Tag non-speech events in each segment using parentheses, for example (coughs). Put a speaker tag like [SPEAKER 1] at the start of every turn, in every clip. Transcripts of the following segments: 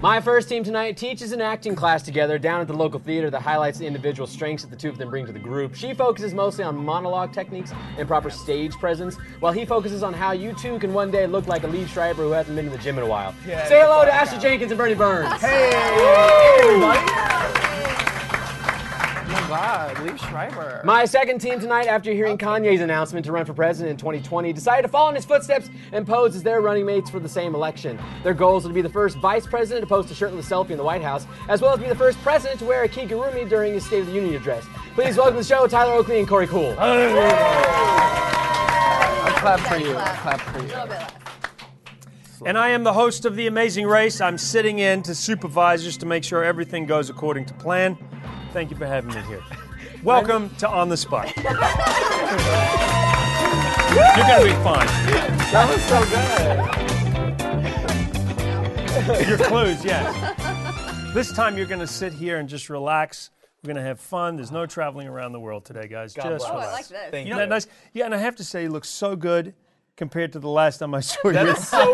[SPEAKER 1] My first team tonight teaches an acting class together down at the local theater that highlights the individual strengths that the two of them bring to the group. She focuses mostly on monologue techniques and proper stage presence, while he focuses on how you two can one day look like a lead striper who hasn't been to the gym in a while.
[SPEAKER 2] Yeah,
[SPEAKER 1] Say hello to
[SPEAKER 2] that's
[SPEAKER 1] Ashley Jenkins and Bernie Burns.
[SPEAKER 2] Hey, everybody. Oh my God, Lee Schreiber.
[SPEAKER 1] My second team tonight, after hearing Kanye's announcement to run for president in 2020, decided to follow in his footsteps and pose as their running mates for the same election. Their goals are to be the first vice president to post a shirtless selfie in the White House, as well as be the first president to wear a kigurumi during his State of the Union address. Please welcome to the show Tyler Oakley and Corey Cool.
[SPEAKER 2] I clap for you. I
[SPEAKER 3] Clap.
[SPEAKER 2] clap for
[SPEAKER 3] A
[SPEAKER 2] you.
[SPEAKER 3] little bit less.
[SPEAKER 4] And I am the host of The Amazing Race. I'm sitting in to supervise just to make sure everything goes according to plan. Thank you for having me (laughs) here. Welcome to On the Spot. (laughs) You're gonna be fine.
[SPEAKER 2] That was so good.
[SPEAKER 4] Your clues, yes. This time you're gonna sit here and just relax. We're gonna have fun. There's no traveling around the world today, guys. just
[SPEAKER 2] bless.
[SPEAKER 3] Oh,
[SPEAKER 4] relax.
[SPEAKER 3] I like this.
[SPEAKER 2] Thank
[SPEAKER 4] You know that nice? Yeah, and I have to say, you look so good compared to the last time I saw you.
[SPEAKER 2] so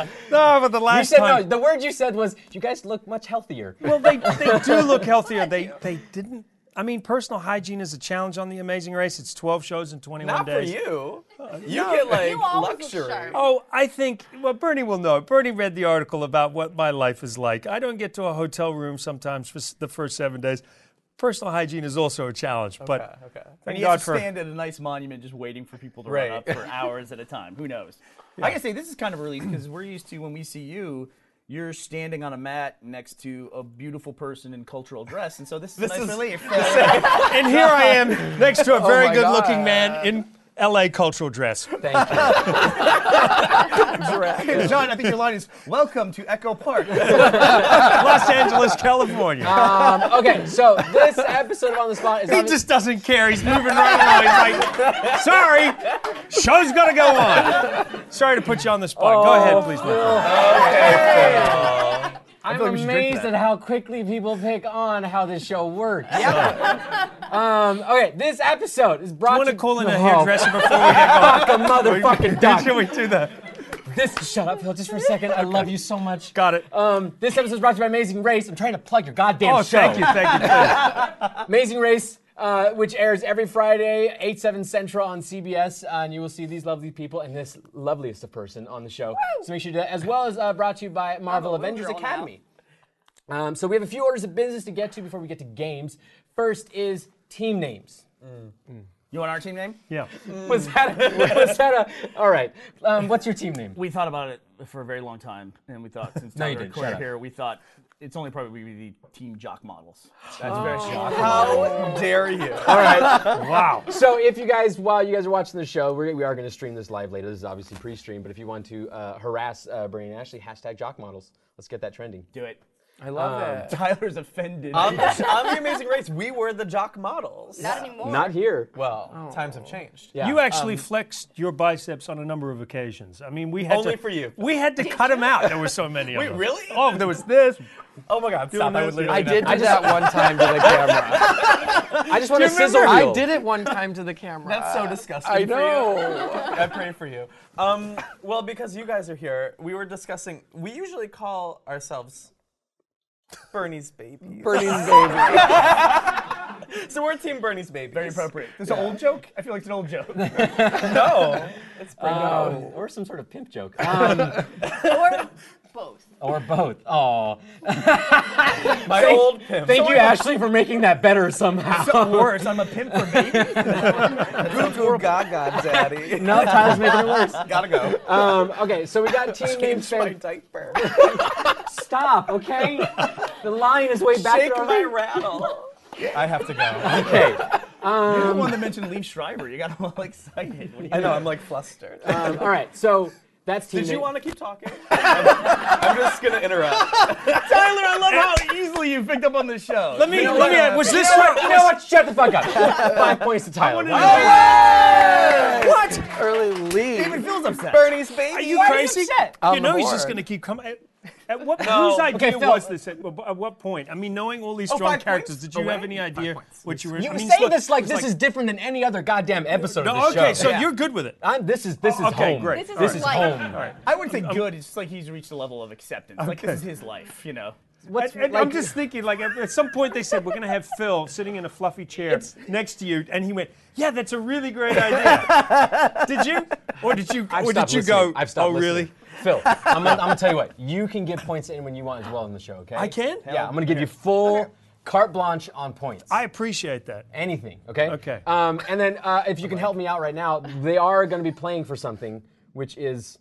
[SPEAKER 2] (laughs) rude.
[SPEAKER 4] (laughs) no, but the last
[SPEAKER 1] You said
[SPEAKER 4] time.
[SPEAKER 1] no. The word you said was, "You guys look much healthier."
[SPEAKER 4] Well, they, they
[SPEAKER 2] (laughs)
[SPEAKER 4] do look healthier. They they didn't. I mean, personal hygiene is a challenge on the Amazing Race. It's 12 shows in 21
[SPEAKER 2] Not for
[SPEAKER 4] days.
[SPEAKER 2] you. You get like
[SPEAKER 3] You always look
[SPEAKER 2] luxury.
[SPEAKER 3] sharp.
[SPEAKER 4] Oh, I think well, Bernie will know. Bernie read the article about what my life is like. I don't get to a hotel room sometimes for s- the first seven days. Personal hygiene is also a challenge, but
[SPEAKER 2] Okay, okay.
[SPEAKER 5] And
[SPEAKER 4] thank
[SPEAKER 5] he has
[SPEAKER 4] God
[SPEAKER 5] to
[SPEAKER 4] for.
[SPEAKER 5] stand at a nice monument just waiting for people to
[SPEAKER 2] Right.
[SPEAKER 5] run up for hours at a time. Who knows? I gotta say, this is kind of a relief because we're used to when we see you, you're standing on a mat next to a beautiful person in cultural dress. And so this is a nice
[SPEAKER 2] is-
[SPEAKER 5] relief.
[SPEAKER 4] and here I
[SPEAKER 2] (laughs)
[SPEAKER 4] am next to a very
[SPEAKER 2] Oh my
[SPEAKER 4] good-looking
[SPEAKER 2] God.
[SPEAKER 4] man in L.A. cultural dress.
[SPEAKER 1] Thank you.
[SPEAKER 5] (laughs) John, I think your line is welcome to Echo Park.
[SPEAKER 4] Los Angeles,
[SPEAKER 2] Ah,
[SPEAKER 4] California.
[SPEAKER 1] Um, okay, so this episode of On the Spot is
[SPEAKER 4] (laughs) He
[SPEAKER 1] obvi-
[SPEAKER 4] just doesn't care. He's moving right along. He's like, sorry, show's gonna go on. Sorry to put you on the spot.
[SPEAKER 5] Oh,
[SPEAKER 4] go
[SPEAKER 1] Oh.
[SPEAKER 4] ahead, please. my friend.
[SPEAKER 1] I'm
[SPEAKER 5] like we should drink
[SPEAKER 1] amazed
[SPEAKER 5] that.
[SPEAKER 1] at how quickly people pick on how this show works. Yeah. um, okay, this episode is
[SPEAKER 4] I
[SPEAKER 1] brought
[SPEAKER 4] want
[SPEAKER 1] to
[SPEAKER 4] to call in a
[SPEAKER 1] No.
[SPEAKER 4] hairdresser before we get
[SPEAKER 1] (laughs) Fuck a
[SPEAKER 4] (laughs)
[SPEAKER 1] motherfucking
[SPEAKER 4] going.
[SPEAKER 1] duck.
[SPEAKER 4] Should we do that?
[SPEAKER 1] This shut up, Hill, just for a second. I love you so much.
[SPEAKER 4] Got it.
[SPEAKER 1] Um, this episode is brought to you by Amazing Race. I'm trying to plug your goddamn
[SPEAKER 4] oh,
[SPEAKER 1] show.
[SPEAKER 4] thank you, thank you. Thank you.
[SPEAKER 1] Amazing Race, uh, which airs every Friday, 8, 7 central on CBS. uh, and you will see these lovely people and this loveliest of person on the show. So make sure to do that. As well as uh, brought to you by Marvel
[SPEAKER 3] woo
[SPEAKER 1] Avengers
[SPEAKER 3] girl now.
[SPEAKER 1] Academy. Um, so we have a few orders of business to get to before we get to games. First is team names.
[SPEAKER 5] you want our team name?
[SPEAKER 4] Yeah.
[SPEAKER 1] Was that a, (laughs) was that a all right? Um, what's your team name?
[SPEAKER 5] We thought about it for a very long time, and we
[SPEAKER 2] (laughs)
[SPEAKER 5] thought since
[SPEAKER 1] No, you
[SPEAKER 5] Tyler
[SPEAKER 1] didn't.
[SPEAKER 5] Quinn
[SPEAKER 1] Shut up.
[SPEAKER 5] here, we thought it's only probably gonna be the team jock models.
[SPEAKER 2] How dare you?
[SPEAKER 1] All right.
[SPEAKER 4] Wow.
[SPEAKER 1] So if you guys, while you guys are watching the show, we're, we are going to stream this live later. This is obviously pre-stream, but if you want to uh, harass uh, Brian and Ashley, hashtag jock models. Let's get that trending.
[SPEAKER 5] Do it. (laughs)
[SPEAKER 2] I love that.
[SPEAKER 5] Tyler's offended.
[SPEAKER 2] On the, on
[SPEAKER 5] (laughs)
[SPEAKER 2] the Amazing Race, we were the jock models.
[SPEAKER 3] Not anymore.
[SPEAKER 1] Not here.
[SPEAKER 2] Well, times have changed.
[SPEAKER 1] Yeah.
[SPEAKER 4] You actually flexed your biceps on a number of occasions. I mean, we had
[SPEAKER 2] Only
[SPEAKER 4] to,
[SPEAKER 2] for you.
[SPEAKER 4] We had to cut them out. There were so many of
[SPEAKER 2] Wait,
[SPEAKER 4] them.
[SPEAKER 2] really?
[SPEAKER 4] Oh, there was this.
[SPEAKER 2] Oh my God! Stop!
[SPEAKER 4] Doing
[SPEAKER 2] I would
[SPEAKER 4] this,
[SPEAKER 2] literally.
[SPEAKER 4] I
[SPEAKER 2] I
[SPEAKER 4] did
[SPEAKER 2] did.
[SPEAKER 1] I just that one time to the
[SPEAKER 4] (laughs)
[SPEAKER 1] camera. I just want to sizzle
[SPEAKER 4] remember?
[SPEAKER 1] reel.
[SPEAKER 2] I did
[SPEAKER 1] it.
[SPEAKER 2] it one time to the camera.
[SPEAKER 5] That's so disgusting.
[SPEAKER 2] I
[SPEAKER 5] for you.
[SPEAKER 2] (laughs) know. I pray for you. Um, well, because you guys are here, we were discussing. We usually call ourselves Bernie's babies. (laughs)
[SPEAKER 1] Bernie's baby.
[SPEAKER 2] so we're Team Bernie's babies.
[SPEAKER 5] Very appropriate. This an old joke? I feel like it's an old
[SPEAKER 2] (laughs)
[SPEAKER 5] joke.
[SPEAKER 2] No, it's pretty
[SPEAKER 1] Um,
[SPEAKER 2] good.
[SPEAKER 1] or some sort of pimp
[SPEAKER 4] (laughs)
[SPEAKER 1] joke. Um,
[SPEAKER 3] Or both.
[SPEAKER 1] or both. Oh.
[SPEAKER 2] My old pimp.
[SPEAKER 1] Thank you, Ashley, for making that better
[SPEAKER 2] (laughs)
[SPEAKER 1] somehow. (laughs)
[SPEAKER 5] Worse, I'm a pimp for babies.
[SPEAKER 2] Goo goo gaga, daddy.
[SPEAKER 1] no, Tyler's making it worse.
[SPEAKER 2] (laughs) Gotta go.
[SPEAKER 1] Um, okay, so we (laughs) got team name
[SPEAKER 2] Change my
[SPEAKER 1] fan.
[SPEAKER 2] (laughs) diaper.
[SPEAKER 1] Stop, (laughs) okay? The line is way back
[SPEAKER 2] Shake
[SPEAKER 1] there
[SPEAKER 2] my
[SPEAKER 1] already.
[SPEAKER 2] rattle.
[SPEAKER 5] I have to go.
[SPEAKER 1] Okay.
[SPEAKER 5] You're the one that mentioned Lee Schreiber. You got all (laughs) excited. What do you
[SPEAKER 2] Um, I know. I'm like flustered.
[SPEAKER 1] Um, all right, so that's team
[SPEAKER 2] Did
[SPEAKER 1] name.
[SPEAKER 2] you want to keep talking? I'm just gonna interrupt.
[SPEAKER 5] Tyler, I love how easily you picked up on this show.
[SPEAKER 4] Let me.
[SPEAKER 2] know
[SPEAKER 4] let me.
[SPEAKER 2] what?
[SPEAKER 4] add- Was
[SPEAKER 2] You
[SPEAKER 4] this
[SPEAKER 1] You know
[SPEAKER 4] right?
[SPEAKER 1] what? You know what? Shut the fuck up.
[SPEAKER 4] (laughs)
[SPEAKER 1] Five points to Tyler.
[SPEAKER 4] wanted to-
[SPEAKER 1] Wow.
[SPEAKER 4] What?
[SPEAKER 2] Early leave.
[SPEAKER 5] David Phil's upset.
[SPEAKER 2] Bernie's baby.
[SPEAKER 4] Are you
[SPEAKER 2] Why
[SPEAKER 4] crazy?
[SPEAKER 2] upset?
[SPEAKER 4] You
[SPEAKER 2] I'm
[SPEAKER 4] know he's just
[SPEAKER 2] bored.
[SPEAKER 4] gonna keep coming. At what,
[SPEAKER 2] No.
[SPEAKER 4] Whose idea
[SPEAKER 1] Phil.
[SPEAKER 4] was this? At, what- at what point? I mean, knowing all these
[SPEAKER 2] Oh,
[SPEAKER 4] strong
[SPEAKER 2] five
[SPEAKER 4] characters,
[SPEAKER 2] points?
[SPEAKER 4] did you
[SPEAKER 2] Oh,
[SPEAKER 4] have
[SPEAKER 2] wait.
[SPEAKER 4] any
[SPEAKER 2] Five
[SPEAKER 4] idea
[SPEAKER 2] points.
[SPEAKER 4] what you were?
[SPEAKER 1] You
[SPEAKER 4] I mean,
[SPEAKER 1] say
[SPEAKER 4] look,
[SPEAKER 1] this like
[SPEAKER 4] it's
[SPEAKER 1] this is different than any other goddamn episode
[SPEAKER 4] No,
[SPEAKER 1] of this
[SPEAKER 4] okay,
[SPEAKER 1] show.
[SPEAKER 4] so you're good with it.
[SPEAKER 1] I'm, this is this is
[SPEAKER 4] okay,
[SPEAKER 1] home.
[SPEAKER 4] great.
[SPEAKER 3] This is
[SPEAKER 1] This is
[SPEAKER 3] life.
[SPEAKER 1] home.
[SPEAKER 4] All right.
[SPEAKER 5] I wouldn't say good. It's just like he's reached a level of acceptance. Like
[SPEAKER 4] Okay.
[SPEAKER 5] this is his life, you know.
[SPEAKER 1] What's
[SPEAKER 4] And- and
[SPEAKER 1] like,
[SPEAKER 4] I'm just thinking, like, at, at some point they said, we're going to have Phil sitting in a fluffy chair next to you. And he went, yeah, that's a really great idea.
[SPEAKER 1] (laughs)
[SPEAKER 4] did you? Or did you,
[SPEAKER 1] I've
[SPEAKER 4] or did
[SPEAKER 1] stopped
[SPEAKER 4] you
[SPEAKER 1] listening.
[SPEAKER 4] go,
[SPEAKER 1] I've stopped
[SPEAKER 4] oh,
[SPEAKER 1] listening.
[SPEAKER 4] really? (laughs)
[SPEAKER 1] Phil, I'm gonna, I'm gonna tell you what. You can get points in when you want as well in the show, okay?
[SPEAKER 4] I can?
[SPEAKER 1] Yeah, I'm gonna give you full carte blanche on points.
[SPEAKER 4] I appreciate that.
[SPEAKER 1] Anything, okay?
[SPEAKER 4] Okay.
[SPEAKER 1] Um, and then uh, if you can help me out right now, they are gonna be playing for something, which is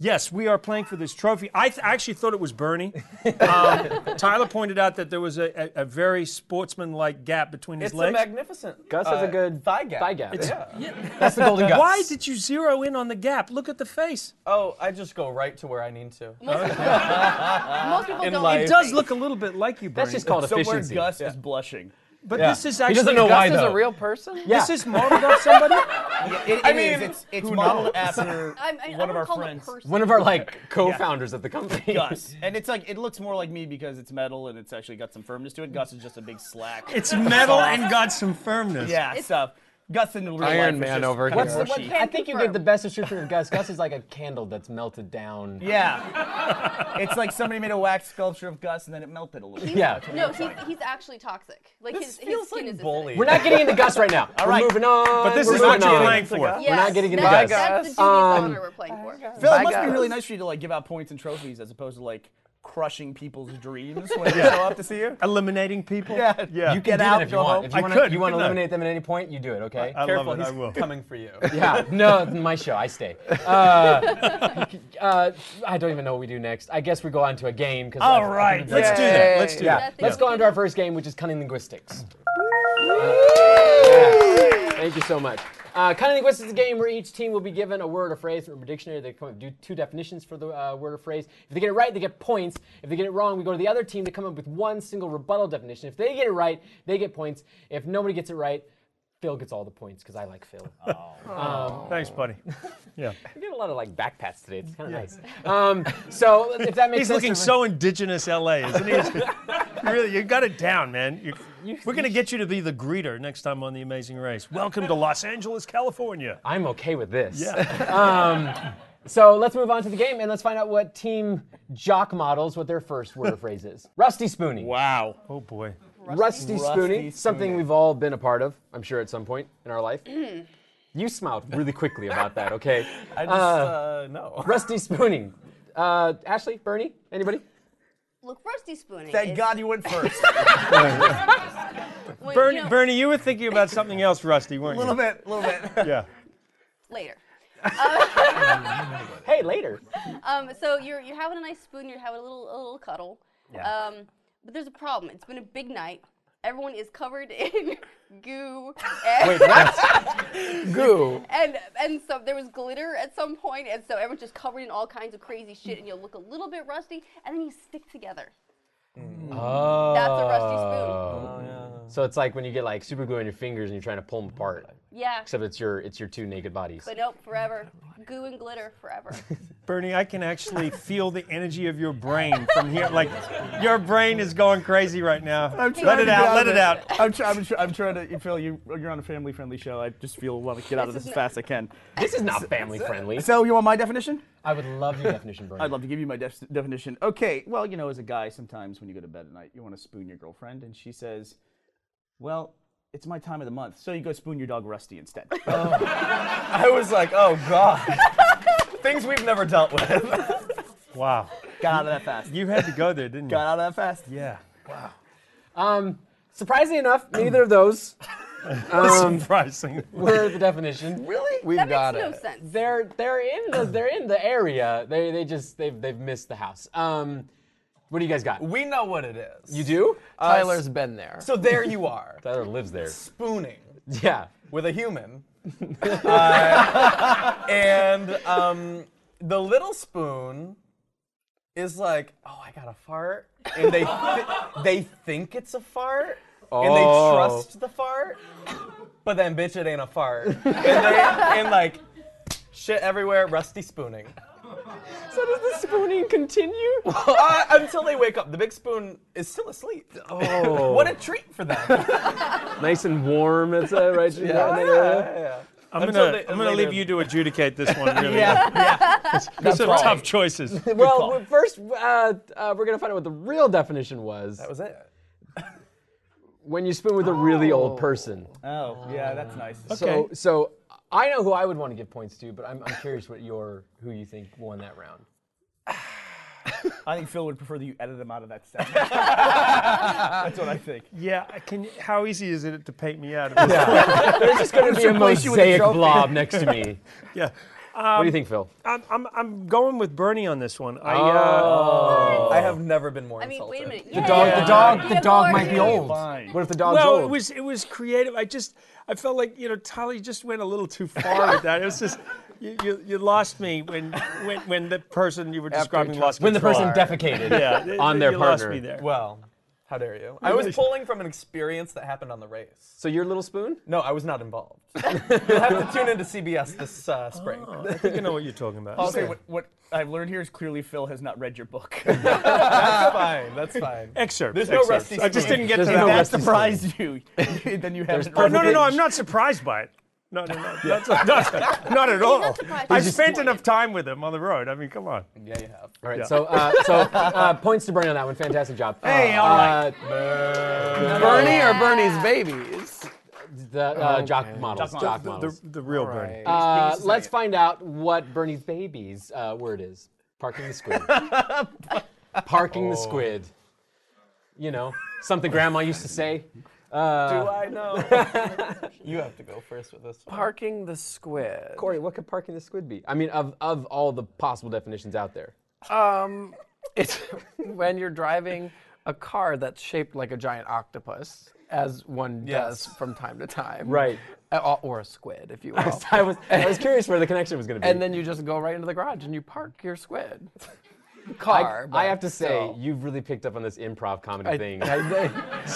[SPEAKER 4] Yes, we are playing for this trophy. I th- actually thought it
[SPEAKER 1] (laughs)
[SPEAKER 4] was Bernie. Um, Tyler pointed out that there was a, a, a very sportsman-like gap between his
[SPEAKER 2] It's a
[SPEAKER 4] legs.
[SPEAKER 2] magnificent.
[SPEAKER 1] Gus has a
[SPEAKER 2] uh,
[SPEAKER 1] good
[SPEAKER 2] thigh gap.
[SPEAKER 1] Thigh gap.
[SPEAKER 2] It's-
[SPEAKER 1] yeah. That's the golden Gus.
[SPEAKER 4] Why did you zero in on the gap? Look at the face.
[SPEAKER 2] Oh, I just go right to where I need to.
[SPEAKER 3] Most people don't.
[SPEAKER 2] Uh, life.
[SPEAKER 4] It does look a little bit like you, Bernie.
[SPEAKER 1] That's just called
[SPEAKER 5] So where
[SPEAKER 1] efficiency.
[SPEAKER 5] Gus is blushing.
[SPEAKER 4] But
[SPEAKER 1] Yeah.
[SPEAKER 4] this is
[SPEAKER 1] He
[SPEAKER 4] actually
[SPEAKER 1] doesn't know
[SPEAKER 4] Gus
[SPEAKER 1] why
[SPEAKER 4] is a
[SPEAKER 1] though.
[SPEAKER 4] real-
[SPEAKER 6] real person?
[SPEAKER 1] Yeah.
[SPEAKER 4] This is modeled off
[SPEAKER 1] (laughs)
[SPEAKER 4] somebody.
[SPEAKER 5] I
[SPEAKER 2] mean,
[SPEAKER 5] it's, it's modeled
[SPEAKER 3] (laughs)
[SPEAKER 5] after
[SPEAKER 3] I, I, I
[SPEAKER 5] one of
[SPEAKER 3] would
[SPEAKER 5] our
[SPEAKER 3] call it
[SPEAKER 5] friends.
[SPEAKER 3] person.
[SPEAKER 1] One of our like co-founders of the company.
[SPEAKER 5] Gus, and it's like it looks more like me because it's metal and it's actually got some firmness to it. Gus is just a big slack.
[SPEAKER 4] It's metal and got some firmness.
[SPEAKER 5] yeah stuff. Gus in the real life
[SPEAKER 6] Iron Man
[SPEAKER 5] is just
[SPEAKER 6] over
[SPEAKER 5] kinda
[SPEAKER 6] here.
[SPEAKER 1] What's-
[SPEAKER 5] mushy.
[SPEAKER 1] what-
[SPEAKER 3] Can
[SPEAKER 1] I think you did
[SPEAKER 3] confirm.
[SPEAKER 1] the best description of Gus. Gus is like a candle that's melted down.
[SPEAKER 5] Yeah, it's like somebody made a wax sculpture of Gus and then it melted a little. bit.
[SPEAKER 1] Yeah.
[SPEAKER 3] No, he's, he's actually toxic. Like
[SPEAKER 2] This
[SPEAKER 3] his, his
[SPEAKER 2] feels
[SPEAKER 3] skin
[SPEAKER 2] like
[SPEAKER 3] is acidic.
[SPEAKER 2] bullying.
[SPEAKER 1] We're not getting into Gus right
[SPEAKER 4] (laughs)
[SPEAKER 1] now. All
[SPEAKER 5] right.
[SPEAKER 1] We're moving on.
[SPEAKER 4] But this
[SPEAKER 1] We're
[SPEAKER 4] is what
[SPEAKER 1] moving
[SPEAKER 4] you're
[SPEAKER 1] on.
[SPEAKER 4] playing for.
[SPEAKER 3] Yes,
[SPEAKER 1] not getting into Um,
[SPEAKER 3] that's,
[SPEAKER 1] Gus.
[SPEAKER 3] That's the dubious honor we're playing for.
[SPEAKER 5] Phil,
[SPEAKER 6] Bye,
[SPEAKER 5] it must be
[SPEAKER 6] Gus.
[SPEAKER 5] really nice for you to like give out points and trophies as opposed to like crushing people's dreams when they show up to see you.
[SPEAKER 4] Eliminating people.
[SPEAKER 5] Yeah.
[SPEAKER 4] yeah.
[SPEAKER 1] You can
[SPEAKER 5] Get
[SPEAKER 1] do
[SPEAKER 5] out,
[SPEAKER 1] that if you
[SPEAKER 5] go
[SPEAKER 1] want.
[SPEAKER 5] home.
[SPEAKER 1] If
[SPEAKER 4] I
[SPEAKER 1] you want
[SPEAKER 4] could,
[SPEAKER 1] to, you want to
[SPEAKER 4] couldn't I?
[SPEAKER 1] eliminate them at any point, you do it. Okay.
[SPEAKER 4] I
[SPEAKER 2] Careful,
[SPEAKER 4] love it.
[SPEAKER 2] he's
[SPEAKER 4] I will.
[SPEAKER 2] coming for you.
[SPEAKER 4] (laughs)
[SPEAKER 1] yeah. No, my show. I stay. Uh, uh, (laughs) I don't even know what we do next. I guess we go on to a game. Cause
[SPEAKER 4] All
[SPEAKER 1] I've- I've
[SPEAKER 4] right.
[SPEAKER 1] been
[SPEAKER 4] Let's
[SPEAKER 1] drinking.
[SPEAKER 4] do that. Let's do
[SPEAKER 1] Yeah.
[SPEAKER 4] that.
[SPEAKER 1] Let's go on to our first game, which is cunning linguistics. Uh, Thank you so much. Uh, Cunning Linguistics is a game where each team will be given a word or phrase from a dictionary. They come up with two definitions for the uh, word or phrase. If they get it right, they get points. If they get it wrong, we go to the other team to come up with one single rebuttal definition. If they get it right, they get points. If nobody gets it right, Phil gets all the points because I like Phil.
[SPEAKER 4] Thanks, buddy. Yeah.
[SPEAKER 1] I get a lot of like backpats today. It's kind of nice. Um, so if that makes
[SPEAKER 4] He's
[SPEAKER 1] sense
[SPEAKER 4] looking
[SPEAKER 1] to-
[SPEAKER 4] so indigenous, LA, isn't he? (laughs) really, you got it down, man. You- we're gonna get you to be the greeter next time on The Amazing Race. Welcome to Los Angeles, California.
[SPEAKER 1] I'm okay with this. (laughs) Um,
[SPEAKER 4] Yeah.
[SPEAKER 1] So let's move on to the game and let's find out what team jock models what their first
[SPEAKER 2] (laughs)
[SPEAKER 1] word or phrase is. Rusty spooning.
[SPEAKER 5] Wow.
[SPEAKER 4] Oh boy.
[SPEAKER 1] Rusty,
[SPEAKER 5] Rusty
[SPEAKER 1] spooning, something
[SPEAKER 5] spooning.
[SPEAKER 1] we've all been a part of, I'm sure, at some point in our
[SPEAKER 2] (clears throat)
[SPEAKER 1] life. You smiled really quickly about that, okay?
[SPEAKER 2] (laughs) I just uh, no.
[SPEAKER 1] Rusty spooning. Uh, Ashley, Bernie, anybody?
[SPEAKER 3] Look, rusty spooning.
[SPEAKER 5] Thank
[SPEAKER 3] is
[SPEAKER 5] God you went first.
[SPEAKER 3] when, you
[SPEAKER 4] Bernie,
[SPEAKER 3] know-
[SPEAKER 4] Bernie, you were thinking about something else, Rusty, weren't
[SPEAKER 5] A little
[SPEAKER 4] you?
[SPEAKER 5] bit, a little bit.
[SPEAKER 4] (laughs) Yeah.
[SPEAKER 1] (laughs)
[SPEAKER 3] Later. Uh,
[SPEAKER 1] Hey, later.
[SPEAKER 3] Um, so you're you're having a nice spoon. You're having a little a little cuddle. Um, but there's a problem. It's been a big night. Everyone is covered (laughs) in goo. And,
[SPEAKER 1] Goo. (laughs)
[SPEAKER 3] and and so there was glitter at some point, and so everyone's just covered in all kinds of crazy shit, and you'll look a little bit rusty, and then you stick together.
[SPEAKER 1] Oh.
[SPEAKER 3] That's a rusty spoon.
[SPEAKER 2] Oh,
[SPEAKER 1] So it's like when you get like super glue on your fingers and you're trying to pull them apart.
[SPEAKER 3] Yeah.
[SPEAKER 1] Except it's your it's your two naked bodies.
[SPEAKER 3] but nope, forever. Goo and glitter
[SPEAKER 1] (laughs)
[SPEAKER 3] forever.
[SPEAKER 4] Bernie, I can actually feel the energy of your brain from here. Like, your brain is going crazy right now. let it out, let it out.
[SPEAKER 5] I'm, try, I'm, try, I'm trying to, you Phil, you, you're on a family friendly show. I just feel want to get out of this as fast as I can.
[SPEAKER 1] this is not family friendly.
[SPEAKER 5] So, you want my definition?
[SPEAKER 1] I would love your definition, Bernie.
[SPEAKER 5] I'd love to give you my def- definition. Okay, well, you know, as a guy, sometimes when you go to bed at night, you want to spoon your girlfriend, and she says, Well, it's my time of the month, so you go spoon your dog Rusty (laughs) instead.
[SPEAKER 2] I was like, oh god, (laughs) things we've never dealt with.
[SPEAKER 4] Wow.
[SPEAKER 5] Got out of that fast.
[SPEAKER 4] You had to go there, didn't you?
[SPEAKER 5] Got out of that fast.
[SPEAKER 4] Yeah.
[SPEAKER 1] Um, surprisingly enough, neither of those
[SPEAKER 5] Um,
[SPEAKER 4] (laughs) Surprising.
[SPEAKER 1] were the definition.
[SPEAKER 6] Really? We've
[SPEAKER 3] that
[SPEAKER 6] got
[SPEAKER 3] makes
[SPEAKER 6] it.
[SPEAKER 3] no sense.
[SPEAKER 1] They're they're in the they're in the area. They they just they've they've missed the house. Um, what do you guys got?
[SPEAKER 2] We know what it is.
[SPEAKER 1] You do? Uh,
[SPEAKER 6] Tyler's been there.
[SPEAKER 2] So there you are,
[SPEAKER 1] Tyler lives there.
[SPEAKER 2] spooning
[SPEAKER 1] (laughs) Yeah.
[SPEAKER 2] with a human, (laughs) Uh, and um, the little spoon is like, oh, I got a fart, and they thi- they think it's a fart, and they
[SPEAKER 1] Oh.
[SPEAKER 2] trust the fart, but then bitch, it ain't a fart, and, they, and like shit everywhere, rusty spooning.
[SPEAKER 1] So does the spooning continue?
[SPEAKER 2] (laughs) Uh, until they wake up. The big spoon is still asleep.
[SPEAKER 1] Oh.
[SPEAKER 2] what a treat for them. yeah,
[SPEAKER 1] nice and warm. It's uh, right in
[SPEAKER 2] yeah,
[SPEAKER 1] that area.
[SPEAKER 2] yeah.
[SPEAKER 4] I'm
[SPEAKER 2] Until
[SPEAKER 4] gonna,
[SPEAKER 2] they-
[SPEAKER 4] I'm gonna
[SPEAKER 2] later.
[SPEAKER 4] leave you to adjudicate this one. Really,
[SPEAKER 5] That's
[SPEAKER 4] (laughs) these are
[SPEAKER 5] right.
[SPEAKER 4] tough choices.
[SPEAKER 1] Well, we- first uh, uh, we're gonna find out what the real definition was.
[SPEAKER 2] That was it.
[SPEAKER 1] when you spoon with a really old person.
[SPEAKER 5] Oh, yeah, that's nice.
[SPEAKER 1] So, so I know who I would want to give points to, but I'm, I'm curious what your who you think won that round.
[SPEAKER 5] I think Phil would prefer that you edit him out of that (laughs) segment. that's what I think.
[SPEAKER 4] Yeah, I can. How easy is it to paint me (laughs) out? Of this?
[SPEAKER 1] There's just going to be a
[SPEAKER 5] replace you with a
[SPEAKER 1] mosaic
[SPEAKER 5] trophy.
[SPEAKER 1] blob next to me.
[SPEAKER 4] Yeah,
[SPEAKER 1] what do you think, Phil?
[SPEAKER 4] I'm, I'm, I'm going with Bernie on this one. I, uh,
[SPEAKER 2] I have never been more
[SPEAKER 3] I mean,
[SPEAKER 2] insulted.
[SPEAKER 3] wait a minute.
[SPEAKER 1] The dog, the dog,
[SPEAKER 3] Yeah,
[SPEAKER 1] the dog might be
[SPEAKER 3] Gordon.
[SPEAKER 1] old.
[SPEAKER 5] Fine.
[SPEAKER 1] What if the dog's
[SPEAKER 4] well,
[SPEAKER 1] old?
[SPEAKER 4] it was it was creative. I just I felt like you know Tali just went a little too far with that. It was just (laughs) you, you, you lost me when when when the person you were describing lost
[SPEAKER 1] when the person
[SPEAKER 4] control.
[SPEAKER 1] (laughs) defecated
[SPEAKER 4] (laughs) yeah
[SPEAKER 1] on their
[SPEAKER 4] you
[SPEAKER 1] partner.
[SPEAKER 4] Lost me there.
[SPEAKER 2] Well, how dare you? I was pulling from an experience that happened on the race.
[SPEAKER 1] So your little spoon?
[SPEAKER 2] No, I was not involved. (laughs) You'll have to tune into CBS this uh, spring.
[SPEAKER 4] I think I know what you're talking about.
[SPEAKER 5] Okay, what, what I've learned here is clearly Phil has not read your book. (laughs)
[SPEAKER 2] That's (laughs) fine. That's fine.
[SPEAKER 4] Excerpts.
[SPEAKER 2] There's no
[SPEAKER 4] excerpts.
[SPEAKER 2] rusty
[SPEAKER 4] I just
[SPEAKER 2] spoon.
[SPEAKER 4] didn't get
[SPEAKER 1] There's
[SPEAKER 4] to
[SPEAKER 1] no
[SPEAKER 4] that. (laughs)
[SPEAKER 5] that
[SPEAKER 1] rusty spoon.
[SPEAKER 5] surprised you. (laughs) then you haven't
[SPEAKER 4] Oh
[SPEAKER 5] read
[SPEAKER 4] no, no,
[SPEAKER 5] it.
[SPEAKER 4] no! I'm not surprised by it. No, no, no, not, not, (laughs) not at all.
[SPEAKER 3] surprised.
[SPEAKER 4] I
[SPEAKER 3] He's just-
[SPEAKER 4] spent enough time with him on the road. I mean, come on.
[SPEAKER 2] Yeah, you have.
[SPEAKER 1] All right. So, uh, so uh, points to Bernie on that one. Fantastic job.
[SPEAKER 5] Hey, all
[SPEAKER 1] uh,
[SPEAKER 6] Bernie or Bernie's babies?
[SPEAKER 1] The uh, jock models.
[SPEAKER 5] Jock
[SPEAKER 1] Jock
[SPEAKER 4] The,
[SPEAKER 1] models.
[SPEAKER 4] the real Bernie.
[SPEAKER 1] Uh, let's find out what Bernie's baby's uh, word is. Parking the squid. Parking the squid. You know, something grandma used to say.
[SPEAKER 2] Do I know? (laughs) you have to go first with this one.
[SPEAKER 6] Parking the squid.
[SPEAKER 1] Corey, what could parking the squid be? I mean, of, of all the possible definitions out there.
[SPEAKER 6] Um, (laughs) it's when you're driving a car that's shaped like a giant octopus, as one
[SPEAKER 2] Yes.
[SPEAKER 6] does from time to time.
[SPEAKER 1] Right.
[SPEAKER 6] Uh, Or a squid,
[SPEAKER 1] (laughs)
[SPEAKER 6] if you will.
[SPEAKER 1] I was, I was curious where the connection was going to be.
[SPEAKER 6] and then you just go right into the garage and you park your squid car.
[SPEAKER 1] I
[SPEAKER 6] but
[SPEAKER 1] have to say,
[SPEAKER 6] still.
[SPEAKER 1] you've really picked up on this improv comedy
[SPEAKER 6] (laughs) I,
[SPEAKER 1] thing.
[SPEAKER 6] I,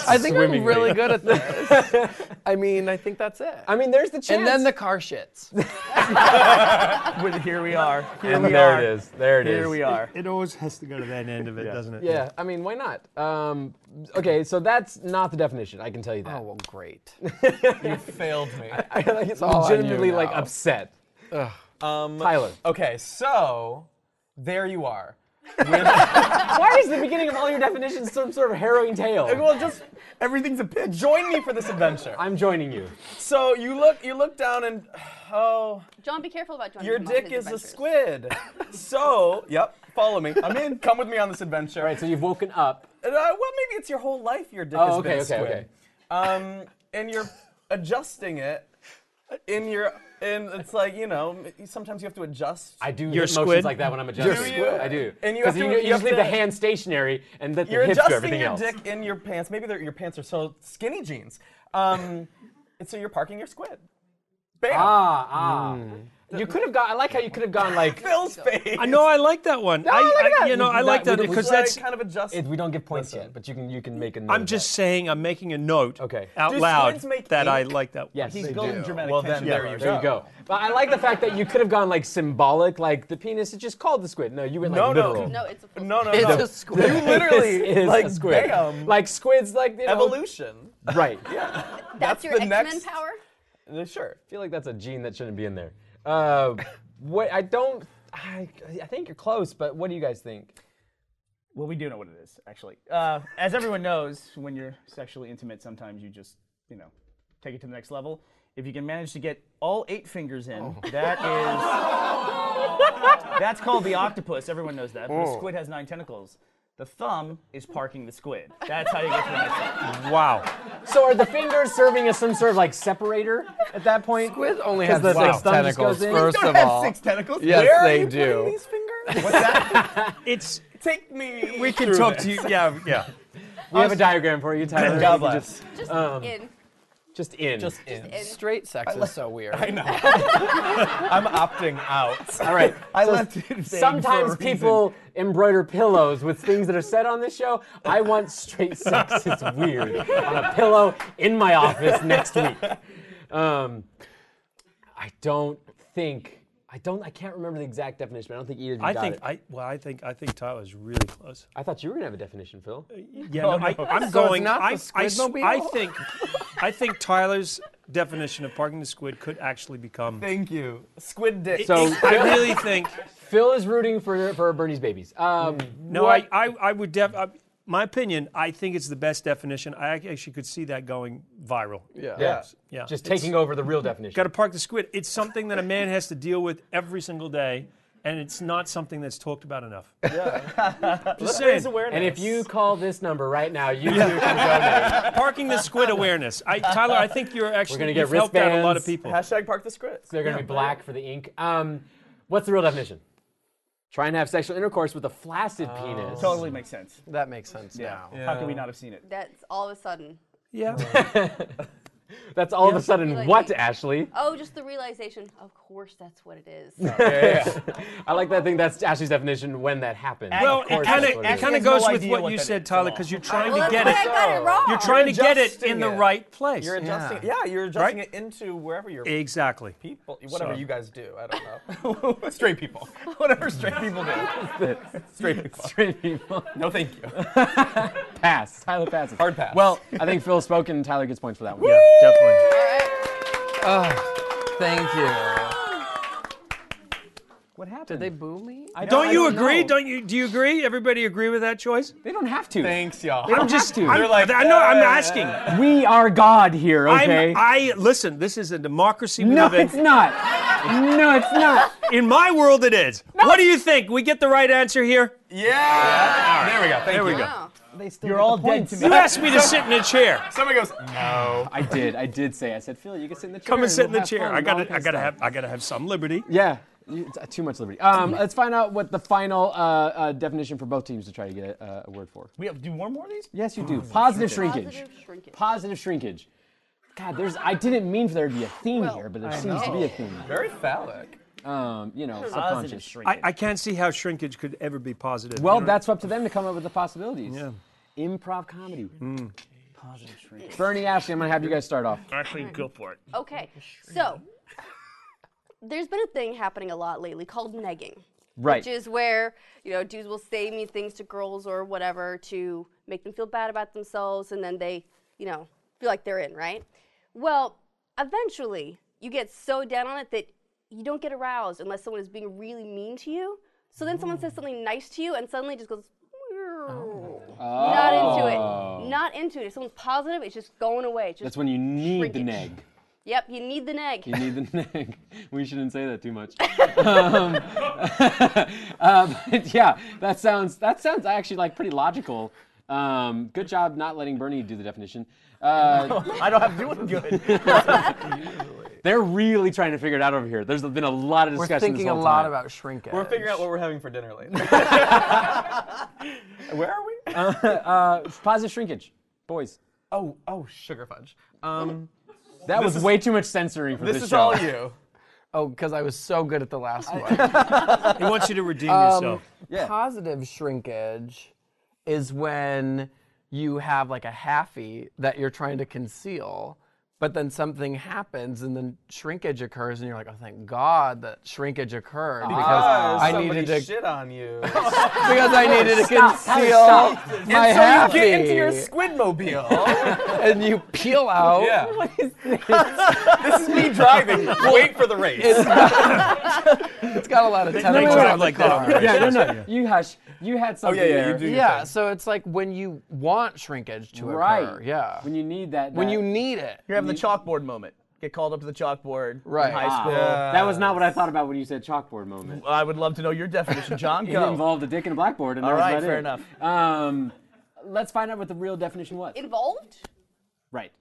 [SPEAKER 6] I think
[SPEAKER 1] Swimmingly.
[SPEAKER 6] I'm really good at this. I mean, I think that's it.
[SPEAKER 1] (laughs) I mean, there's the chance.
[SPEAKER 6] and then the car shits.
[SPEAKER 1] (laughs)
[SPEAKER 5] Well, here we are. Here
[SPEAKER 1] And
[SPEAKER 5] we
[SPEAKER 1] there
[SPEAKER 5] are.
[SPEAKER 1] it is. There it is.
[SPEAKER 5] Here we are.
[SPEAKER 4] It always has to go to that end of it, doesn't it?
[SPEAKER 1] Yeah, I mean, why not? Um, okay, so that's not the definition. I can tell you that.
[SPEAKER 6] Oh well, great.
[SPEAKER 2] You failed
[SPEAKER 1] (laughs)
[SPEAKER 2] me.
[SPEAKER 1] I like it's
[SPEAKER 6] all on you
[SPEAKER 1] legitimately like
[SPEAKER 6] now.
[SPEAKER 1] upset.
[SPEAKER 2] Um,
[SPEAKER 6] (laughs)
[SPEAKER 1] Tyler,
[SPEAKER 2] okay, so there you are.
[SPEAKER 1] why is the beginning of all your definitions some sort of harrowing tale?
[SPEAKER 2] (laughs) Well, just everything's a pitch. Join me for this adventure.
[SPEAKER 1] I'm joining you.
[SPEAKER 2] So you look, you look down, and (sighs) oh,
[SPEAKER 3] John, be careful about John.
[SPEAKER 2] your dick is a squid. So, yep, follow me. I'm in. Come with me on this adventure.
[SPEAKER 1] All right, so you've woken up.
[SPEAKER 2] Uh, well, maybe it's your whole life your dick
[SPEAKER 1] Oh,
[SPEAKER 2] has
[SPEAKER 1] okay,
[SPEAKER 2] been
[SPEAKER 1] okay,
[SPEAKER 2] squid.
[SPEAKER 1] okay.
[SPEAKER 2] Um, and you're adjusting it in your, and it's like you know, sometimes you have to adjust.
[SPEAKER 1] I do
[SPEAKER 4] You're
[SPEAKER 1] hip
[SPEAKER 4] squid?
[SPEAKER 1] motions like that when I'm adjusting.
[SPEAKER 2] Do you?
[SPEAKER 1] I do.
[SPEAKER 2] And you
[SPEAKER 1] 'Cause
[SPEAKER 2] have to-
[SPEAKER 1] you,
[SPEAKER 2] you
[SPEAKER 1] you
[SPEAKER 2] have
[SPEAKER 1] just leave
[SPEAKER 2] to-
[SPEAKER 1] the hand stationary and let the
[SPEAKER 2] You're
[SPEAKER 1] hips do
[SPEAKER 2] adjusting
[SPEAKER 1] everything
[SPEAKER 2] your
[SPEAKER 1] else.
[SPEAKER 2] dick in your pants. Maybe they're- your pants are so skinny jeans. Um, (laughs) and so you're parking your squid. Bam.
[SPEAKER 1] Ah, ah.
[SPEAKER 6] Mm.
[SPEAKER 1] You could have gone. I like how you could have gone like.
[SPEAKER 2] Phil's face.
[SPEAKER 4] I know. I like that one. I,
[SPEAKER 1] I like
[SPEAKER 4] I-
[SPEAKER 1] that.
[SPEAKER 4] You know,
[SPEAKER 1] We
[SPEAKER 4] I
[SPEAKER 1] did
[SPEAKER 4] like
[SPEAKER 1] that.
[SPEAKER 4] that
[SPEAKER 1] We did-
[SPEAKER 4] because
[SPEAKER 1] we-
[SPEAKER 4] that's.
[SPEAKER 2] kind of adjust.
[SPEAKER 1] It, we don't give points
[SPEAKER 2] Listen.
[SPEAKER 1] yet, but you can you can make a. note
[SPEAKER 4] I'm
[SPEAKER 1] of
[SPEAKER 4] just
[SPEAKER 1] that.
[SPEAKER 4] saying. I'm making a note.
[SPEAKER 1] Okay.
[SPEAKER 4] Out
[SPEAKER 2] Do
[SPEAKER 4] loud
[SPEAKER 2] squids make
[SPEAKER 4] that I
[SPEAKER 2] ink?
[SPEAKER 4] like that. one.
[SPEAKER 1] Yes,
[SPEAKER 5] He's
[SPEAKER 1] they
[SPEAKER 5] building
[SPEAKER 1] do.
[SPEAKER 5] dramatic
[SPEAKER 2] Well, then
[SPEAKER 5] tension.
[SPEAKER 2] there you
[SPEAKER 1] There you go. But I like the fact that you could have gone like symbolic, like the penis is just called the squid. No, you went like
[SPEAKER 2] No, no.
[SPEAKER 1] literal.
[SPEAKER 3] No, it's a full
[SPEAKER 2] No, no,
[SPEAKER 6] It's
[SPEAKER 2] no.
[SPEAKER 6] a squid. (laughs)
[SPEAKER 2] You literally
[SPEAKER 1] This is
[SPEAKER 2] like
[SPEAKER 1] a squid.
[SPEAKER 2] bam,
[SPEAKER 1] Like squids, like you know,
[SPEAKER 2] evolution.
[SPEAKER 1] Right. Yeah.
[SPEAKER 3] That's, your
[SPEAKER 2] the
[SPEAKER 3] X-Men
[SPEAKER 2] next-
[SPEAKER 3] power.
[SPEAKER 2] Uh, Sure.
[SPEAKER 1] I feel like that's a gene that shouldn't be in there. Uh, what I don't. I, I think you're close, but what do you guys think?
[SPEAKER 5] Well, we do know what it is, actually. Uh, as everyone knows, when you're sexually intimate, sometimes you just, you know, take it to the next level. If you can manage to get all eight fingers in,
[SPEAKER 1] Oh.
[SPEAKER 5] that
[SPEAKER 1] (laughs)
[SPEAKER 5] is. that's called the octopus. Everyone knows that.
[SPEAKER 1] Oh.
[SPEAKER 5] But the squid has nine tentacles. The thumb is parking the squid. That's how you get to the next level.
[SPEAKER 4] Wow.
[SPEAKER 1] So are the fingers serving as some sort of like separator at that point?
[SPEAKER 6] Squid only
[SPEAKER 1] 'Cause the-
[SPEAKER 6] has six
[SPEAKER 1] the thumb just
[SPEAKER 6] tentacles.
[SPEAKER 1] goes in.
[SPEAKER 6] First
[SPEAKER 5] Don't
[SPEAKER 6] of
[SPEAKER 5] have
[SPEAKER 6] all,
[SPEAKER 5] six tentacles.
[SPEAKER 6] yes,
[SPEAKER 2] Where
[SPEAKER 6] they
[SPEAKER 2] are you putting
[SPEAKER 6] do.
[SPEAKER 2] these fingers? What's that?
[SPEAKER 4] It's.
[SPEAKER 2] (laughs) Take me.
[SPEAKER 4] We can talk to you. Yeah. Yeah.
[SPEAKER 1] We have a diagram for you, Tyler. You
[SPEAKER 2] God
[SPEAKER 1] can
[SPEAKER 2] bless.
[SPEAKER 1] Just,
[SPEAKER 3] Just in.
[SPEAKER 1] just in.
[SPEAKER 2] Just in.
[SPEAKER 3] in.
[SPEAKER 6] Straight sex is so weird.
[SPEAKER 2] (laughs) I know. I'm opting (laughs) out.
[SPEAKER 1] All right.
[SPEAKER 5] I
[SPEAKER 1] so
[SPEAKER 5] left it vague for a
[SPEAKER 1] Sometimes
[SPEAKER 5] reason.
[SPEAKER 1] people embroider pillows with things that are said on this show. I want straight sex. It's weird on a pillow in my office next week. Um, I don't think I don't. I can't remember the exact definition, but I don't think either of you (laughs)
[SPEAKER 4] I
[SPEAKER 1] got
[SPEAKER 4] think
[SPEAKER 1] it.
[SPEAKER 4] I well, I think I think Tyler's really close.
[SPEAKER 1] I thought you were gonna have a definition, Phil.
[SPEAKER 4] Yeah, no, I, I'm
[SPEAKER 6] So it's
[SPEAKER 4] going.
[SPEAKER 6] not the
[SPEAKER 4] I, I s-
[SPEAKER 6] Squidmobile?
[SPEAKER 4] I think, I think Tyler's definition of parking the squid could actually become.
[SPEAKER 2] Thank you. Squid dick.
[SPEAKER 1] So-
[SPEAKER 4] I really think.
[SPEAKER 1] Phil is rooting for for Bernie's babies. Um,
[SPEAKER 4] No,
[SPEAKER 1] what-
[SPEAKER 4] I, I, I would def. I, my opinion, I think it's the best definition. I ac- actually could see that going viral.
[SPEAKER 6] Yeah.
[SPEAKER 1] yeah,
[SPEAKER 4] yeah.
[SPEAKER 1] just
[SPEAKER 4] It's-
[SPEAKER 1] taking over the real definition.
[SPEAKER 4] Got to park the squid. It's something that a man has to deal with every single day, and it's not something that's talked about enough. Yeah. just saying.
[SPEAKER 1] and if you call this number right now,
[SPEAKER 4] (laughs)
[SPEAKER 1] you too can donate.
[SPEAKER 4] Parking the squid awareness. I, Tyler, I think you're actually
[SPEAKER 1] gonna get
[SPEAKER 4] you've helped out a lot
[SPEAKER 1] wristbands.
[SPEAKER 4] of people.
[SPEAKER 2] Hashtag park the squid.
[SPEAKER 1] They're gonna be black for the ink. Um, what's the real definition? Try and have sexual intercourse with a flaccid
[SPEAKER 4] Oh.
[SPEAKER 1] penis.
[SPEAKER 5] Totally makes sense.
[SPEAKER 6] That makes sense now.
[SPEAKER 5] How could we not have seen it?
[SPEAKER 3] That's all of a sudden.
[SPEAKER 4] Yeah.
[SPEAKER 1] That's all of a sudden
[SPEAKER 3] Like-
[SPEAKER 1] what, Ashley?
[SPEAKER 3] Oh, just the realization. Of course, that's what it is.
[SPEAKER 1] I like that thing. That's Ashley's definition when that happenens.
[SPEAKER 4] Well,
[SPEAKER 1] Of
[SPEAKER 4] it
[SPEAKER 1] course
[SPEAKER 4] kind
[SPEAKER 1] that's what
[SPEAKER 4] of
[SPEAKER 1] it
[SPEAKER 4] it
[SPEAKER 1] is.
[SPEAKER 4] kind
[SPEAKER 5] He has
[SPEAKER 4] of
[SPEAKER 5] no
[SPEAKER 4] goes with
[SPEAKER 5] idea
[SPEAKER 4] what,
[SPEAKER 5] what
[SPEAKER 4] you
[SPEAKER 5] that
[SPEAKER 4] said,
[SPEAKER 5] is.
[SPEAKER 4] Tyler, because you're trying
[SPEAKER 3] well,
[SPEAKER 4] to
[SPEAKER 3] that's
[SPEAKER 4] get
[SPEAKER 3] why I
[SPEAKER 4] it.
[SPEAKER 3] got it wrong.
[SPEAKER 4] You're trying to get it
[SPEAKER 2] adjusting
[SPEAKER 4] in the
[SPEAKER 2] it.
[SPEAKER 4] right place.
[SPEAKER 2] (laughs) You're adjusting. Yeah, you're adjusting it into wherever you're.
[SPEAKER 4] exactly.
[SPEAKER 2] people, whatever
[SPEAKER 4] So-
[SPEAKER 2] you guys do, I don't know. (laughs) straight people, whatever straight people do.
[SPEAKER 1] (laughs)
[SPEAKER 2] straight people.
[SPEAKER 1] Straight people.
[SPEAKER 2] No, thank you.
[SPEAKER 1] Pass. Tyler passes.
[SPEAKER 2] Hard pass.
[SPEAKER 1] Well, I think Phil's spoken. and Tyler gets points for that one.
[SPEAKER 4] Yeah, definitely.
[SPEAKER 6] Thank you.
[SPEAKER 5] What happened?
[SPEAKER 6] Did they boo me? I
[SPEAKER 4] Don't you
[SPEAKER 1] I don't
[SPEAKER 4] agree?
[SPEAKER 1] know.
[SPEAKER 4] Don't you? Do you agree? Everybody agree with that choice?
[SPEAKER 1] They don't have to.
[SPEAKER 2] Thanks, y'all.
[SPEAKER 1] They don't just to.
[SPEAKER 4] I'm,
[SPEAKER 2] like,
[SPEAKER 4] I know. I'm
[SPEAKER 2] uh,
[SPEAKER 4] asking.
[SPEAKER 1] we are God here, okay?
[SPEAKER 4] I'm, I listen. This is a democracy we
[SPEAKER 1] (laughs) no,
[SPEAKER 4] live in.
[SPEAKER 1] it's not. No, it's not.
[SPEAKER 4] In my world, it is. what do you think? We get the right answer here?
[SPEAKER 2] Yeah. There we go. Thank
[SPEAKER 4] There we
[SPEAKER 2] you.
[SPEAKER 4] go.
[SPEAKER 3] Wow.
[SPEAKER 5] You're all dead to
[SPEAKER 4] You
[SPEAKER 5] me.
[SPEAKER 4] asked me to sit in a chair.
[SPEAKER 2] Somebody goes, no.
[SPEAKER 1] (laughs) I did. I did say. I said, Phil, you can sit in the chair.
[SPEAKER 4] Come and sit in
[SPEAKER 1] we'll
[SPEAKER 4] the
[SPEAKER 1] have
[SPEAKER 4] chair.
[SPEAKER 1] fun
[SPEAKER 4] I
[SPEAKER 1] and all
[SPEAKER 4] gotta.
[SPEAKER 1] that
[SPEAKER 4] I gotta
[SPEAKER 1] stuff."
[SPEAKER 4] have. I gotta have some liberty.
[SPEAKER 1] Yeah. You- it's, uh, Too much liberty. Um, let's find out what the final uh, uh, definition for both teams to try to get a, uh, a word for.
[SPEAKER 5] We have to do one more of these?
[SPEAKER 1] Yes, you do. Positive shrinkage.
[SPEAKER 3] Positive shrinkage.
[SPEAKER 1] Positive shrinkage. God, there's. I didn't mean for there to be a theme
[SPEAKER 3] Well,
[SPEAKER 1] here, but there seems to be a theme.
[SPEAKER 2] Very phallic.
[SPEAKER 1] Um, you know,
[SPEAKER 5] Positive
[SPEAKER 1] subconscious.
[SPEAKER 5] shrinkage.
[SPEAKER 4] I, I can't see how shrinkage could ever be positive.
[SPEAKER 1] Well,
[SPEAKER 4] You know-
[SPEAKER 1] that's up to them to come up with the possibilities.
[SPEAKER 4] Yeah.
[SPEAKER 1] Improv comedy.
[SPEAKER 5] Positive (laughs) shrinkage.
[SPEAKER 1] Bernie Ashley, I'm gonna have you guys start off.
[SPEAKER 4] actually go for it.
[SPEAKER 3] Okay, so (laughs) there's been a thing happening a lot lately called negging.
[SPEAKER 1] Right.
[SPEAKER 3] Which is where, you know, dudes will say mean things to girls or whatever to make them feel bad about themselves and then they, you know, feel like they're in, right? Well, eventually you get so down on it that you don't get aroused unless someone is being really mean to you. So then someone
[SPEAKER 1] Mm.
[SPEAKER 3] says something nice to you and suddenly it just goes,
[SPEAKER 1] Oh.
[SPEAKER 3] not into it. Not into it. If someone's positive, it's just going away. It's just
[SPEAKER 1] That's when you need the
[SPEAKER 3] Shrinkage.
[SPEAKER 1] neg.
[SPEAKER 3] Yep, you need the neg.
[SPEAKER 1] You need
[SPEAKER 6] (laughs)
[SPEAKER 1] the neg. We shouldn't say that too much. um, (laughs) uh, but yeah, that sounds that sounds actually like pretty logical. Um, good job not letting Bernie do the definition. Uh,
[SPEAKER 5] I don't have to do it good.
[SPEAKER 1] they're really trying to figure it out over here. There's been a lot of
[SPEAKER 6] We're
[SPEAKER 1] discussion.
[SPEAKER 6] thinking
[SPEAKER 1] this
[SPEAKER 6] a
[SPEAKER 1] whole
[SPEAKER 6] lot
[SPEAKER 1] time.
[SPEAKER 6] about shrinkage.
[SPEAKER 2] We're figuring out what we're having for dinner (laughs) later. Where are we?
[SPEAKER 1] positive shrinkage, boys.
[SPEAKER 2] oh, oh, sugar fudge. Um,
[SPEAKER 1] That was way too much censoring for this,
[SPEAKER 2] this is
[SPEAKER 1] show.
[SPEAKER 2] all you.
[SPEAKER 6] Oh, because I was so good at the
[SPEAKER 2] (laughs)
[SPEAKER 6] last one.
[SPEAKER 4] He wants you to redeem yourself.
[SPEAKER 6] Positive shrinkage is when you have like a halfie that you're trying to conceal, but then something happens and then shrinkage occurs, and you're like, oh, thank God that shrinkage occurred because I
[SPEAKER 2] Ah, Somebody
[SPEAKER 6] needed to
[SPEAKER 2] shit on (laughs) you.
[SPEAKER 6] because I needed to conceal my
[SPEAKER 2] and so
[SPEAKER 6] halfie.
[SPEAKER 2] you get into your squidmobile.
[SPEAKER 6] (laughs) and you peel out.
[SPEAKER 2] yeah. this is me driving. (laughs) Wait for the race.
[SPEAKER 6] It's got a lot of
[SPEAKER 4] They
[SPEAKER 6] tentacles
[SPEAKER 4] drive
[SPEAKER 6] on the
[SPEAKER 4] like that on
[SPEAKER 6] car.
[SPEAKER 4] the
[SPEAKER 1] Yeah, no,
[SPEAKER 4] races.
[SPEAKER 1] no. You hush. You had something
[SPEAKER 2] Oh, yeah, you
[SPEAKER 1] there.
[SPEAKER 2] do your
[SPEAKER 6] Yeah, so it's like when you want shrinkage to
[SPEAKER 1] Right.
[SPEAKER 6] occur. Yeah.
[SPEAKER 1] When you need that.
[SPEAKER 6] when
[SPEAKER 1] that-
[SPEAKER 6] you need it.
[SPEAKER 5] You're having the chalkboard moment. Get called up to the chalkboard
[SPEAKER 6] Right.
[SPEAKER 5] in high
[SPEAKER 1] Ah,
[SPEAKER 5] school.
[SPEAKER 1] that was not what I thought about when you said chalkboard moment.
[SPEAKER 5] I would love to know your
[SPEAKER 1] (laughs)
[SPEAKER 5] definition, John.
[SPEAKER 1] It
[SPEAKER 5] Go.
[SPEAKER 1] involved a dick and a blackboard, and
[SPEAKER 5] All
[SPEAKER 1] that was about
[SPEAKER 5] right, fair
[SPEAKER 1] it.
[SPEAKER 5] enough.
[SPEAKER 1] Um, let's find out what the real definition was.
[SPEAKER 3] Involved?
[SPEAKER 1] right.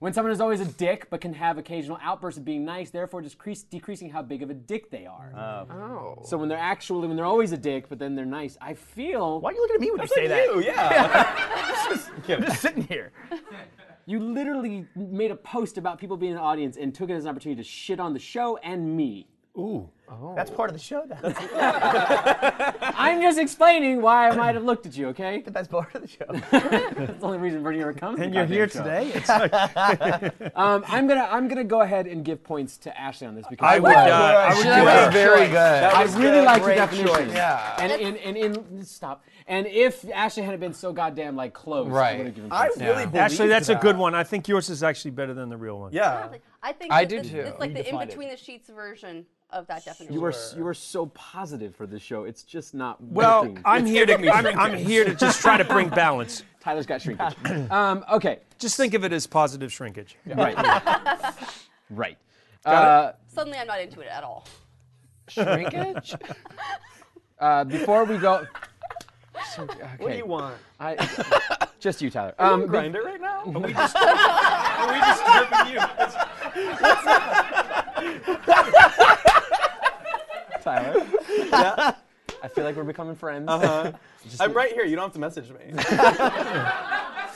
[SPEAKER 1] When someone is always a dick but can have occasional outbursts of being nice, therefore decrease, decreasing how big of a dick they are.
[SPEAKER 6] Oh.
[SPEAKER 1] So when they're actually when they're always a dick but then they're nice, I feel
[SPEAKER 5] Why are you looking at me when you say that?
[SPEAKER 2] You, yeah.
[SPEAKER 5] (laughs)
[SPEAKER 2] (laughs)
[SPEAKER 5] I'm just sitting here.
[SPEAKER 1] you literally made a post about people being in the audience and took it as an opportunity to shit on the show and me.
[SPEAKER 4] Ooh.
[SPEAKER 5] That's part of the show. Now. That's
[SPEAKER 1] I'm just explaining why I might have looked at you, okay?
[SPEAKER 5] the best part of the show.
[SPEAKER 1] That's the only reason Bernie ever comes. to
[SPEAKER 4] And
[SPEAKER 1] the
[SPEAKER 4] you're here
[SPEAKER 1] goddamn show.
[SPEAKER 4] today. It's like,
[SPEAKER 1] Um, I'm gonna I'm gonna go ahead and give points to Ashley on this because
[SPEAKER 4] I would. Uh, I would do
[SPEAKER 6] That
[SPEAKER 4] that.
[SPEAKER 6] was very good.
[SPEAKER 1] I really like your
[SPEAKER 5] great
[SPEAKER 1] definition.
[SPEAKER 5] choice.
[SPEAKER 6] Yeah.
[SPEAKER 1] And in and, in stop. And if Ashley hadn't been so goddamn like close, (laughs) I
[SPEAKER 6] Right.
[SPEAKER 1] would have given
[SPEAKER 2] I
[SPEAKER 1] points.
[SPEAKER 2] really believed
[SPEAKER 4] Actually, that's a
[SPEAKER 2] that.
[SPEAKER 4] good one. I think yours is actually better than the real one.
[SPEAKER 2] Yeah.
[SPEAKER 3] I think
[SPEAKER 6] I
[SPEAKER 3] that
[SPEAKER 6] do
[SPEAKER 3] this,
[SPEAKER 6] too.
[SPEAKER 3] It's like
[SPEAKER 5] You
[SPEAKER 3] the in
[SPEAKER 5] defined it.
[SPEAKER 3] between the sheets version of that definition.
[SPEAKER 1] You were s- you were so positive for this show. It's just not
[SPEAKER 4] Well,
[SPEAKER 6] uh,
[SPEAKER 1] working.
[SPEAKER 4] I'm here to I'm, I'm here to just try to (laughs) bring balance.
[SPEAKER 1] Tyler's got shrinkage. um, okay,
[SPEAKER 4] Just think of it as positive shrinkage.
[SPEAKER 1] right, (laughs) right. Uh,
[SPEAKER 3] Suddenly, I'm not into it at all.
[SPEAKER 6] Shrinkage?
[SPEAKER 1] Uh, before we go,
[SPEAKER 2] What do you want? (laughs)
[SPEAKER 1] I, just you, Tyler. Um, be-
[SPEAKER 2] Grinder right now?
[SPEAKER 1] (laughs)
[SPEAKER 4] Are we disturbing you?
[SPEAKER 2] (laughs)
[SPEAKER 1] Tyler. I feel like we're becoming friends.
[SPEAKER 2] Uh-huh. I'm right here. You don't have to message me. (laughs)
[SPEAKER 1] I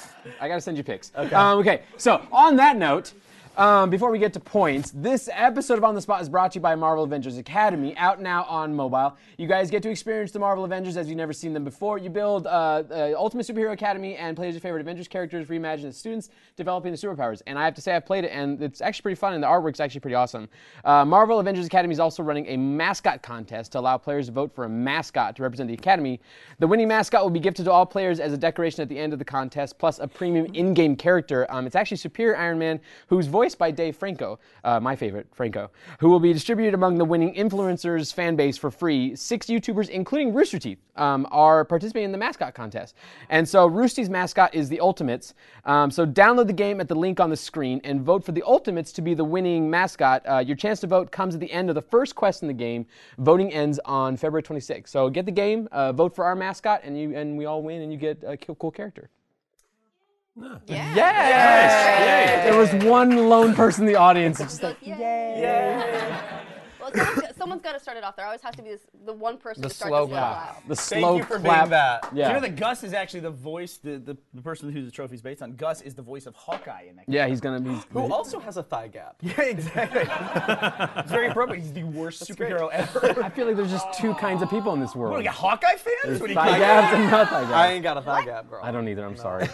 [SPEAKER 1] gotta send you pics. Okay. Um, okay. So on that note, um, before we get to points, this episode of On the Spot is brought to you by Marvel Avengers Academy, out now on mobile. You guys get to experience the Marvel Avengers as you've never seen them before. You build uh, uh, Ultimate Superhero Academy and play as your favorite Avengers characters, reimagine as students, developing the superpowers. And I have to say, I've played it, and it's actually pretty fun, and the artwork's actually pretty awesome. Uh, Marvel Avengers Academy is also running a mascot contest to allow players to vote for a mascot to represent the Academy. The winning mascot will be gifted to all players as a decoration at the end of the contest, plus a premium in game character. Um, it's actually Superior Iron Man, who's voiced by Dave Franco, uh, my favorite, Franco, who will be distributed among the winning influencers' fan base for free. Six YouTubers, including Rooster Teeth, um, are participating in the mascot contest. And so Roosty's mascot is the Ultimates. Um, so (laughs) download the game at the link on the screen and vote for the Ultimates to be the winning mascot. Uh, your chance to vote comes at the end of the first quest in the game. Voting ends on February 26th. So get the game, uh, vote for our mascot, and you and we all win, and you get a cool, cool character.
[SPEAKER 3] Yeah.
[SPEAKER 1] There was one lone person in the audience. that's just like,
[SPEAKER 3] Yay. Well, someone's got to start it off. There always has to be this, the one person
[SPEAKER 6] The
[SPEAKER 3] to start
[SPEAKER 6] slow
[SPEAKER 3] this little
[SPEAKER 6] clap.
[SPEAKER 3] out.
[SPEAKER 1] the
[SPEAKER 2] Thank
[SPEAKER 1] slow
[SPEAKER 2] you for
[SPEAKER 1] clap.
[SPEAKER 2] being that.
[SPEAKER 1] Yeah.
[SPEAKER 5] You know that Gus is actually the voice, the, the, the person who the trophy's based on. Gus is the voice of Hawkeye in that. game.
[SPEAKER 1] yeah, he's gonna be.
[SPEAKER 2] Who also has a thigh gap?
[SPEAKER 5] (laughs) Yeah, exactly. it's very appropriate. He's the worst superhero
[SPEAKER 1] I
[SPEAKER 5] ever. (laughs)
[SPEAKER 1] feel like there's just two kinds of people in this world.
[SPEAKER 5] What, you got Hawkeye fans? What do you
[SPEAKER 1] Thigh gaps and not thigh gaps.
[SPEAKER 2] I ain't got a thigh gap, girl.
[SPEAKER 1] I don't either. I'm sorry.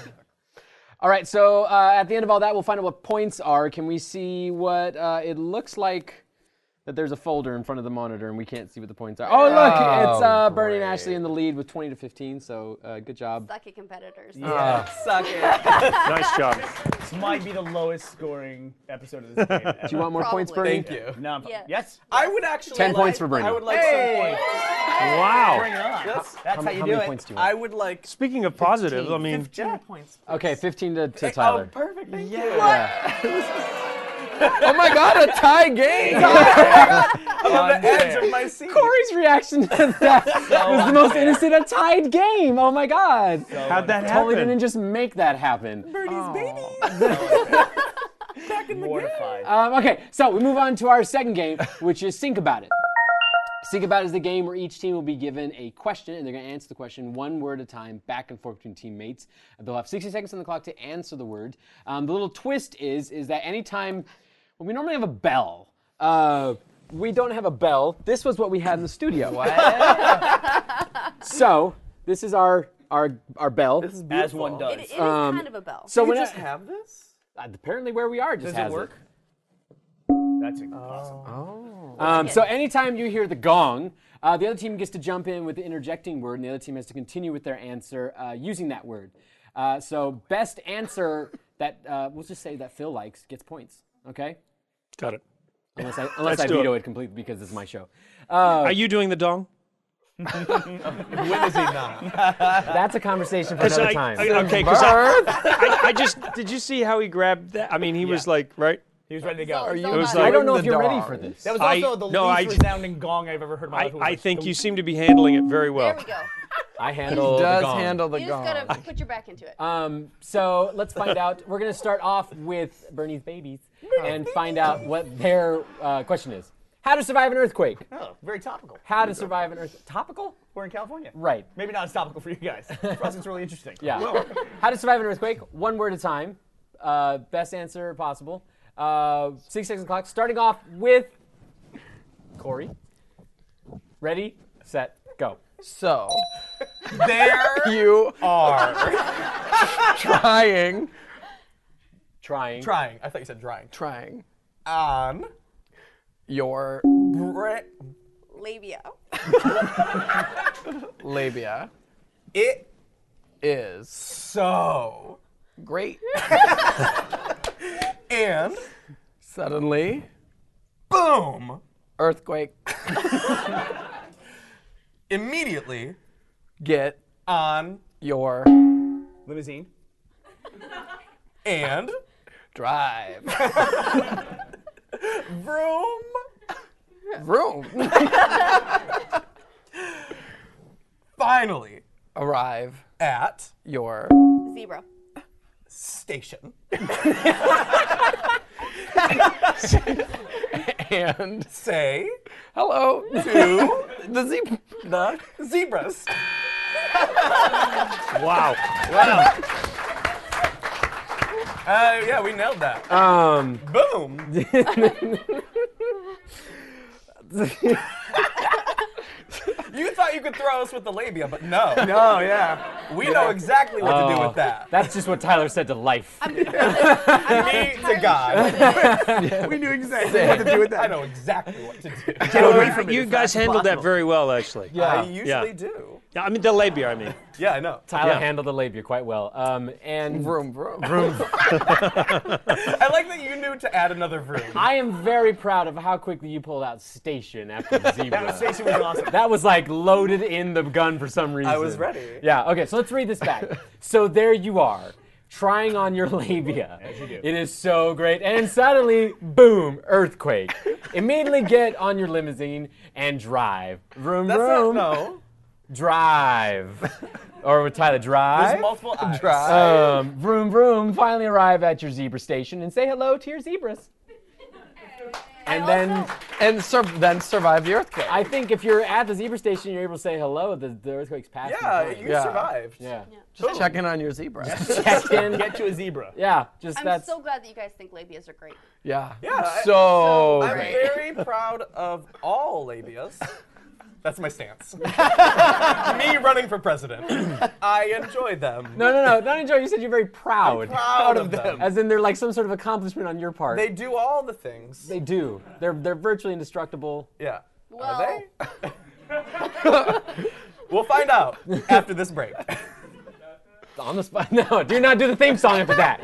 [SPEAKER 1] all right. So uh, at the end of all that, we'll find out what points are. Can we see what uh, it looks like? That there's a folder in front of the monitor and we can't see what the points are. Oh, look, it's uh, Bernie and Ashley in the lead with 20 to 15. So uh, good job.
[SPEAKER 3] Suck at competitors.
[SPEAKER 2] Yeah, suck (laughs) it.
[SPEAKER 4] Nice job.
[SPEAKER 5] This might be the lowest scoring episode of this game. Ever.
[SPEAKER 1] Do you want more points, Bernie?
[SPEAKER 3] Probably.
[SPEAKER 2] Thank you.
[SPEAKER 5] No, I'm-
[SPEAKER 3] Yeah.
[SPEAKER 5] Yes.
[SPEAKER 2] I would actually.
[SPEAKER 1] 10
[SPEAKER 2] like-
[SPEAKER 1] points for Brandon.
[SPEAKER 2] I would like
[SPEAKER 5] Hey.
[SPEAKER 2] some points.
[SPEAKER 5] Bring it
[SPEAKER 4] Wow.
[SPEAKER 5] on.
[SPEAKER 2] Yes.
[SPEAKER 5] That's
[SPEAKER 1] How,
[SPEAKER 5] how
[SPEAKER 1] m-
[SPEAKER 5] you
[SPEAKER 1] how
[SPEAKER 5] do
[SPEAKER 1] many
[SPEAKER 5] it.
[SPEAKER 1] points do you
[SPEAKER 2] I
[SPEAKER 1] want?
[SPEAKER 2] would like.
[SPEAKER 4] Speaking of positive, I mean,
[SPEAKER 2] Yeah. points.
[SPEAKER 1] okay, 15 to, to
[SPEAKER 2] Oh,
[SPEAKER 1] Tyler.
[SPEAKER 2] perfect. Thank you.
[SPEAKER 6] Oh my god, a tie game!
[SPEAKER 2] I'm on the edge of my seat.
[SPEAKER 1] Corey's reaction to that was the most innocent, a tied game. Oh my God.
[SPEAKER 4] how'd that
[SPEAKER 1] Totally
[SPEAKER 4] happen?
[SPEAKER 1] didn't just make that happen.
[SPEAKER 5] Mortified.
[SPEAKER 1] Um, okay, so we move on to our second game, which is Think About It. Think About It is the game where each team will be given a question and they're going to answer the question one word at a time, back and forth between teammates. They'll have 60 seconds on the clock to answer the word. Um, the little twist is is that anytime, well, we normally have a bell. Uh, we don't have a bell. This was what we had in the studio.
[SPEAKER 2] (laughs)
[SPEAKER 1] so this is our our our bell.
[SPEAKER 2] This is
[SPEAKER 5] As
[SPEAKER 2] beautiful.
[SPEAKER 5] one does.
[SPEAKER 3] It, it is kind of a bell.
[SPEAKER 1] Um, so
[SPEAKER 2] Do you
[SPEAKER 1] when
[SPEAKER 2] just
[SPEAKER 1] I- Uh,
[SPEAKER 2] have this?
[SPEAKER 1] apparently where we are just
[SPEAKER 5] Does
[SPEAKER 1] has
[SPEAKER 5] it work? That's impossible.
[SPEAKER 1] Um, so anytime you hear the gong, uh, the other team gets to jump in with the interjecting word, and the other team has to continue with their answer uh, using that word. Uh, so best answer that uh, we'll just say that Phil likes gets points. Okay,
[SPEAKER 4] Got it.
[SPEAKER 1] unless I unless
[SPEAKER 4] Let's
[SPEAKER 1] I
[SPEAKER 4] do it.
[SPEAKER 1] veto it. completely because this is my show.
[SPEAKER 4] Are you doing the dong?
[SPEAKER 2] When is he not?
[SPEAKER 1] That's a conversation for another
[SPEAKER 4] I-
[SPEAKER 1] time.
[SPEAKER 4] I- okay, 'cause I, I, I just did you see how he grabbed that? I mean, he was like, right?
[SPEAKER 5] He was ready to go.
[SPEAKER 3] Are you?
[SPEAKER 4] It was
[SPEAKER 1] I
[SPEAKER 4] like,
[SPEAKER 1] don't know
[SPEAKER 6] the
[SPEAKER 1] if you're ready
[SPEAKER 6] dog.
[SPEAKER 1] for this.
[SPEAKER 5] that was
[SPEAKER 4] I-
[SPEAKER 5] also the
[SPEAKER 4] no,
[SPEAKER 5] least
[SPEAKER 4] I-
[SPEAKER 5] resounding gong I've ever heard in my
[SPEAKER 4] I,
[SPEAKER 5] life. It was
[SPEAKER 4] I
[SPEAKER 5] like,
[SPEAKER 4] think you
[SPEAKER 5] dunk.
[SPEAKER 4] seem to be handling it very well.
[SPEAKER 3] There we go.
[SPEAKER 1] (laughs) I handle the
[SPEAKER 6] does
[SPEAKER 1] gong.
[SPEAKER 6] handle the
[SPEAKER 3] You just
[SPEAKER 6] gong.
[SPEAKER 3] got to put your back into it.
[SPEAKER 1] Um, so let's find out. We're gonna start off with Bernie's babies and find out what their uh, question is. How to survive an earthquake?
[SPEAKER 5] Oh, very topical.
[SPEAKER 1] How to survive an earth? Topical?
[SPEAKER 5] We're in California.
[SPEAKER 1] Right.
[SPEAKER 5] Maybe not as topical for you guys. For us, it's really interesting.
[SPEAKER 1] Yeah. How to survive an earthquake? One word at a time. Uh, best answer possible. Uh, six seconds clock. Starting off with Corey. Ready, set, go.
[SPEAKER 6] So
[SPEAKER 2] There
[SPEAKER 6] (laughs) you are
[SPEAKER 2] are.
[SPEAKER 6] (laughs) trying,
[SPEAKER 1] Trying.
[SPEAKER 2] Trying. I thought you said drying.
[SPEAKER 6] trying
[SPEAKER 2] On.
[SPEAKER 6] your
[SPEAKER 2] Bre-
[SPEAKER 3] labia.
[SPEAKER 6] labia
[SPEAKER 2] it
[SPEAKER 6] is
[SPEAKER 2] so.
[SPEAKER 6] great.
[SPEAKER 2] And.
[SPEAKER 6] Suddenly,
[SPEAKER 2] Boom.
[SPEAKER 6] earthquake
[SPEAKER 2] (laughs) Immediately.
[SPEAKER 6] get
[SPEAKER 2] On.
[SPEAKER 6] your
[SPEAKER 5] Limousine.
[SPEAKER 2] And.
[SPEAKER 6] drive
[SPEAKER 2] (laughs) Vroom.
[SPEAKER 6] room
[SPEAKER 2] Finally.
[SPEAKER 6] arrive
[SPEAKER 2] At.
[SPEAKER 6] your
[SPEAKER 1] (laughs)
[SPEAKER 3] Zebra. (laughs)
[SPEAKER 2] Station.
[SPEAKER 6] and
[SPEAKER 2] Say.
[SPEAKER 6] hello
[SPEAKER 2] (laughs) To.
[SPEAKER 6] the zebra.
[SPEAKER 2] The zebras.
[SPEAKER 4] Wow.
[SPEAKER 2] Uh, yeah, we nailed that.
[SPEAKER 1] Um,
[SPEAKER 2] Boom. you thought you could throw us with the labia, but no.
[SPEAKER 5] Oh yeah.
[SPEAKER 2] We know exactly what to do with that.
[SPEAKER 1] Oh, that's just what Tyler said to life.
[SPEAKER 2] Me to God.
[SPEAKER 5] we knew exactly what to do with
[SPEAKER 2] I
[SPEAKER 5] that.
[SPEAKER 2] know exactly what to do.
[SPEAKER 4] you guys handled that very well, actually.
[SPEAKER 2] I usually
[SPEAKER 4] Yeah.
[SPEAKER 2] do.
[SPEAKER 4] Yeah, I mean, the labia, I mean.
[SPEAKER 2] Yeah, I know.
[SPEAKER 1] Tyler
[SPEAKER 4] Yeah.
[SPEAKER 1] handled the labia quite well. Um, and
[SPEAKER 6] Vroom, vroom.
[SPEAKER 2] (laughs) I like that you knew to add another room.
[SPEAKER 1] I am very proud of how quickly you pulled out station after
[SPEAKER 2] (laughs)
[SPEAKER 1] the zebra.
[SPEAKER 5] That station was awesome.
[SPEAKER 1] That was like loaded in the gun for some reason.
[SPEAKER 2] I was ready.
[SPEAKER 1] Yeah, okay, so let's read this
[SPEAKER 2] (laughs)
[SPEAKER 1] back. so there you are, trying on your
[SPEAKER 2] (laughs)
[SPEAKER 1] labia. As you do. It is so great. And suddenly, boom, earthquake. Immediately get on your limousine and drive. Vroom,
[SPEAKER 2] That's
[SPEAKER 1] vroom.
[SPEAKER 2] not no.
[SPEAKER 1] Drive.
[SPEAKER 2] (laughs)
[SPEAKER 1] or with Tyler, drive.
[SPEAKER 2] There's multiple eyes.
[SPEAKER 1] Um, vroom, vroom. Finally arrive at your zebra station and say hello to your zebras. And then
[SPEAKER 6] and sur- then survive the earthquake.
[SPEAKER 1] I think if you're at the zebra station, you're able to say hello. The, the earthquake's passing.
[SPEAKER 2] Yeah,
[SPEAKER 1] by.
[SPEAKER 2] you
[SPEAKER 6] Yeah.
[SPEAKER 2] survived.
[SPEAKER 1] yeah.
[SPEAKER 2] Oh.
[SPEAKER 6] Just checking on your zebra.
[SPEAKER 1] Check in.
[SPEAKER 5] Get to a zebra.
[SPEAKER 1] Yeah, just
[SPEAKER 3] I'm
[SPEAKER 1] that's
[SPEAKER 3] so glad that you guys think labias are great.
[SPEAKER 6] (laughs) yeah.
[SPEAKER 2] Yeah, I-
[SPEAKER 6] So
[SPEAKER 1] Oh,
[SPEAKER 2] I'm
[SPEAKER 6] great.
[SPEAKER 2] very proud of all labias. That's my stance. Me running for president. I enjoy them.
[SPEAKER 1] no, no, no, not enjoy. You said you're very proud.
[SPEAKER 2] proud of them.
[SPEAKER 1] As in, they're like some sort of accomplishment on your part.
[SPEAKER 2] They do all the things.
[SPEAKER 1] They do. They're they're virtually indestructible.
[SPEAKER 2] yeah.
[SPEAKER 3] Well,
[SPEAKER 2] Are they? we'll find out after this break.
[SPEAKER 1] On the spot. (laughs) No, do not do the theme song after that.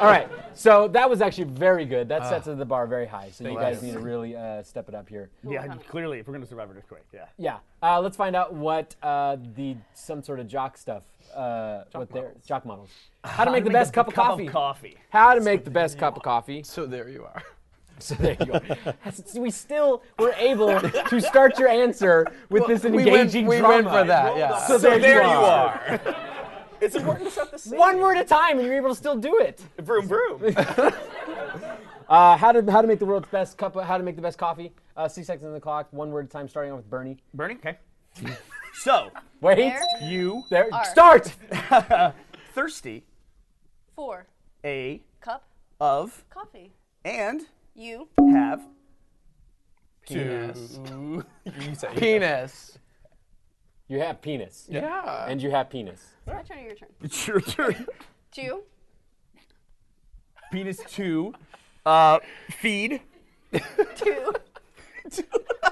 [SPEAKER 1] All right. So that was actually very good. That sets the bar very high. So Ah. you guys need to really uh, step it up here.
[SPEAKER 5] (laughs) (laughs) Yeah, clearly, if we're gonna survive an earthquake, yeah.
[SPEAKER 1] Yeah. Uh, let's find out what uh, the some sort of jock stuff. Uh, what their jock (laughs) models. How to make the best cup of coffee.
[SPEAKER 5] coffee.
[SPEAKER 1] How to make the best cup of coffee.
[SPEAKER 6] So there you are. (laughs)
[SPEAKER 1] (laughs) So there you go. we still were able to start your answer with this
[SPEAKER 6] we went,
[SPEAKER 1] engaging
[SPEAKER 6] we
[SPEAKER 1] drama.
[SPEAKER 6] went for that. Yeah.
[SPEAKER 1] So there,
[SPEAKER 2] there
[SPEAKER 1] you
[SPEAKER 2] you
[SPEAKER 1] are.
[SPEAKER 2] are. It's important to set the scene.
[SPEAKER 1] One word at a time, and you're able to still do it.
[SPEAKER 2] Vroom, vroom.
[SPEAKER 1] (laughs) Uh, how to how to make the world's best cup? Of, how to make the best coffee? Uh, six seconds on the clock. One word at a time, starting off with Bernie.
[SPEAKER 5] Bernie. Okay. (laughs) so
[SPEAKER 1] Wait,
[SPEAKER 3] Where?
[SPEAKER 5] you
[SPEAKER 1] there.
[SPEAKER 3] Are.
[SPEAKER 1] Start.
[SPEAKER 5] thirsty
[SPEAKER 3] Four
[SPEAKER 5] a
[SPEAKER 3] cup
[SPEAKER 5] of
[SPEAKER 3] coffee.
[SPEAKER 5] and
[SPEAKER 3] You
[SPEAKER 5] have
[SPEAKER 6] Penis.
[SPEAKER 2] You say it.
[SPEAKER 6] Penis.
[SPEAKER 1] You have penis,
[SPEAKER 6] Yeah.
[SPEAKER 1] and you have penis.
[SPEAKER 3] my turn or your turn?
[SPEAKER 5] it's your turn.
[SPEAKER 3] Two.
[SPEAKER 5] Penis two. Uh, feed
[SPEAKER 3] Two.
[SPEAKER 5] (laughs)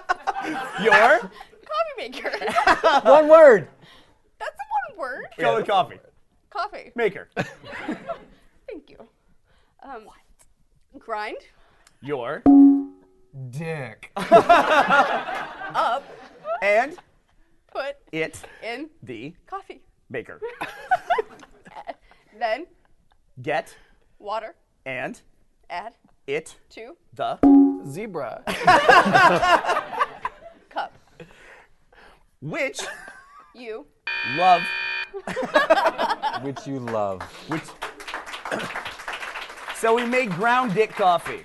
[SPEAKER 5] your
[SPEAKER 3] Coffee maker. (laughs)
[SPEAKER 1] One word.
[SPEAKER 3] That's one word.
[SPEAKER 5] go with coffee
[SPEAKER 3] Coffee.
[SPEAKER 5] maker.
[SPEAKER 3] Thank you. Um, Grind
[SPEAKER 5] Your
[SPEAKER 2] Dick.
[SPEAKER 3] up.
[SPEAKER 5] and
[SPEAKER 3] Put
[SPEAKER 5] it
[SPEAKER 3] in
[SPEAKER 5] the
[SPEAKER 3] coffee.
[SPEAKER 5] maker.
[SPEAKER 3] Then
[SPEAKER 5] Get
[SPEAKER 3] water.
[SPEAKER 5] and
[SPEAKER 3] Add
[SPEAKER 5] it
[SPEAKER 3] two
[SPEAKER 5] the
[SPEAKER 6] Zebra.
[SPEAKER 3] cup.
[SPEAKER 5] which
[SPEAKER 3] You
[SPEAKER 5] love
[SPEAKER 1] Which you love.
[SPEAKER 5] which. so we made ground dick coffee.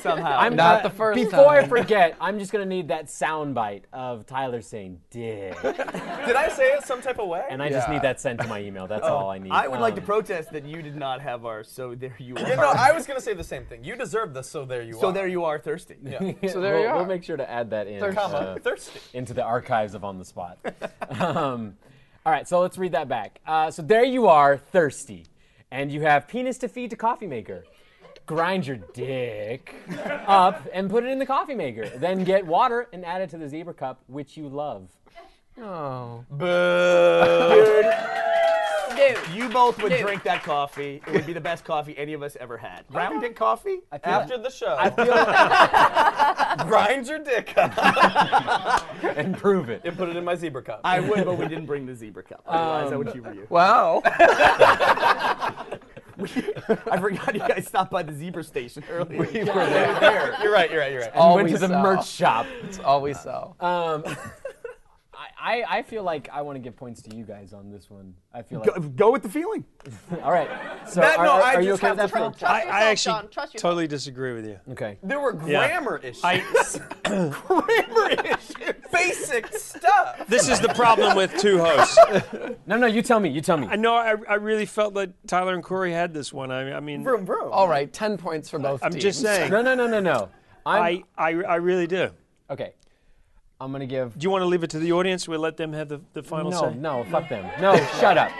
[SPEAKER 5] somehow.
[SPEAKER 1] I'm
[SPEAKER 6] Not the first
[SPEAKER 1] Before I
[SPEAKER 6] time.
[SPEAKER 1] forget, I'm just gonna need that sound bite of Tyler saying "dick,"
[SPEAKER 2] Did I say it some type of way?
[SPEAKER 1] and I just
[SPEAKER 6] Yeah.
[SPEAKER 1] need that sent to my email. That's all I need.
[SPEAKER 5] Oh, I would like to
[SPEAKER 1] Um,
[SPEAKER 5] protest that you did not have our so there
[SPEAKER 2] (laughs)
[SPEAKER 5] you are.
[SPEAKER 2] you know, I was gonna say the same thing. You deserve this, so there you are.
[SPEAKER 5] so there you are thirsty.
[SPEAKER 2] Yeah.
[SPEAKER 5] (laughs)
[SPEAKER 6] So there
[SPEAKER 1] we'll,
[SPEAKER 6] you are.
[SPEAKER 1] We'll make sure to add that in
[SPEAKER 2] Comma,
[SPEAKER 1] uh,
[SPEAKER 2] thirsty.
[SPEAKER 1] into the archives of On the Spot. um, all right, so let's read that back. Uh, so there you are, thirsty, and you have penis to feed to coffee maker. Grind your dick up and put it in the coffee maker. Then get water and add it to the zebra cup, which you love.
[SPEAKER 6] Oh.
[SPEAKER 3] Dude.
[SPEAKER 5] You both would
[SPEAKER 3] Dude.
[SPEAKER 5] drink that coffee. It would be the best coffee any of us ever had. Round dick coffee?
[SPEAKER 2] After the show,
[SPEAKER 5] (laughs)
[SPEAKER 1] Feel-
[SPEAKER 2] grind your dick up
[SPEAKER 1] and prove it.
[SPEAKER 2] and put it in my zebra cup. Um,
[SPEAKER 5] I would, but we didn't bring the zebra cup. Otherwise, I would humor you.
[SPEAKER 6] Wow.
[SPEAKER 5] I forgot you guys stopped by the zebra station earlier.
[SPEAKER 2] you're right. You're right. You're right.
[SPEAKER 6] all
[SPEAKER 1] went
[SPEAKER 6] we
[SPEAKER 1] to the
[SPEAKER 6] sell.
[SPEAKER 1] merch shop.
[SPEAKER 6] It's all we sell.
[SPEAKER 1] Um, I, I, I feel like I want to give points to you guys on this one. I feel like.
[SPEAKER 5] Go, go with the feeling.
[SPEAKER 1] (laughs) All right. So
[SPEAKER 2] That-
[SPEAKER 1] are,
[SPEAKER 2] no,
[SPEAKER 1] are-
[SPEAKER 2] I
[SPEAKER 1] are you
[SPEAKER 2] just
[SPEAKER 1] okay
[SPEAKER 2] have
[SPEAKER 1] with that?
[SPEAKER 2] to
[SPEAKER 1] Phil?
[SPEAKER 3] Trust yourself,
[SPEAKER 4] I, I actually
[SPEAKER 3] John. Trust yourself.
[SPEAKER 4] totally disagree with you.
[SPEAKER 1] Okay.
[SPEAKER 2] There were
[SPEAKER 4] Yeah.
[SPEAKER 2] grammar issues.
[SPEAKER 4] I,
[SPEAKER 2] grammar issues. Basic stuff.
[SPEAKER 4] (laughs) this is the problem with two hosts.
[SPEAKER 1] No, no. You tell me. You tell me.
[SPEAKER 4] (laughs) I know. I, I really felt that Tyler and Corey had this one. I, I mean,
[SPEAKER 2] Vroom, vroom.
[SPEAKER 6] All right, 10 points for both
[SPEAKER 4] I'm
[SPEAKER 6] teams.
[SPEAKER 4] just saying.
[SPEAKER 1] No, no, no, no, no. I'm
[SPEAKER 4] I, I, I really do.
[SPEAKER 1] okay. I'm gonna give.
[SPEAKER 4] Do you want to leave it to the audience? We'll let them have the, the final
[SPEAKER 1] No,
[SPEAKER 4] say.
[SPEAKER 1] no, fuck them. No, shut up.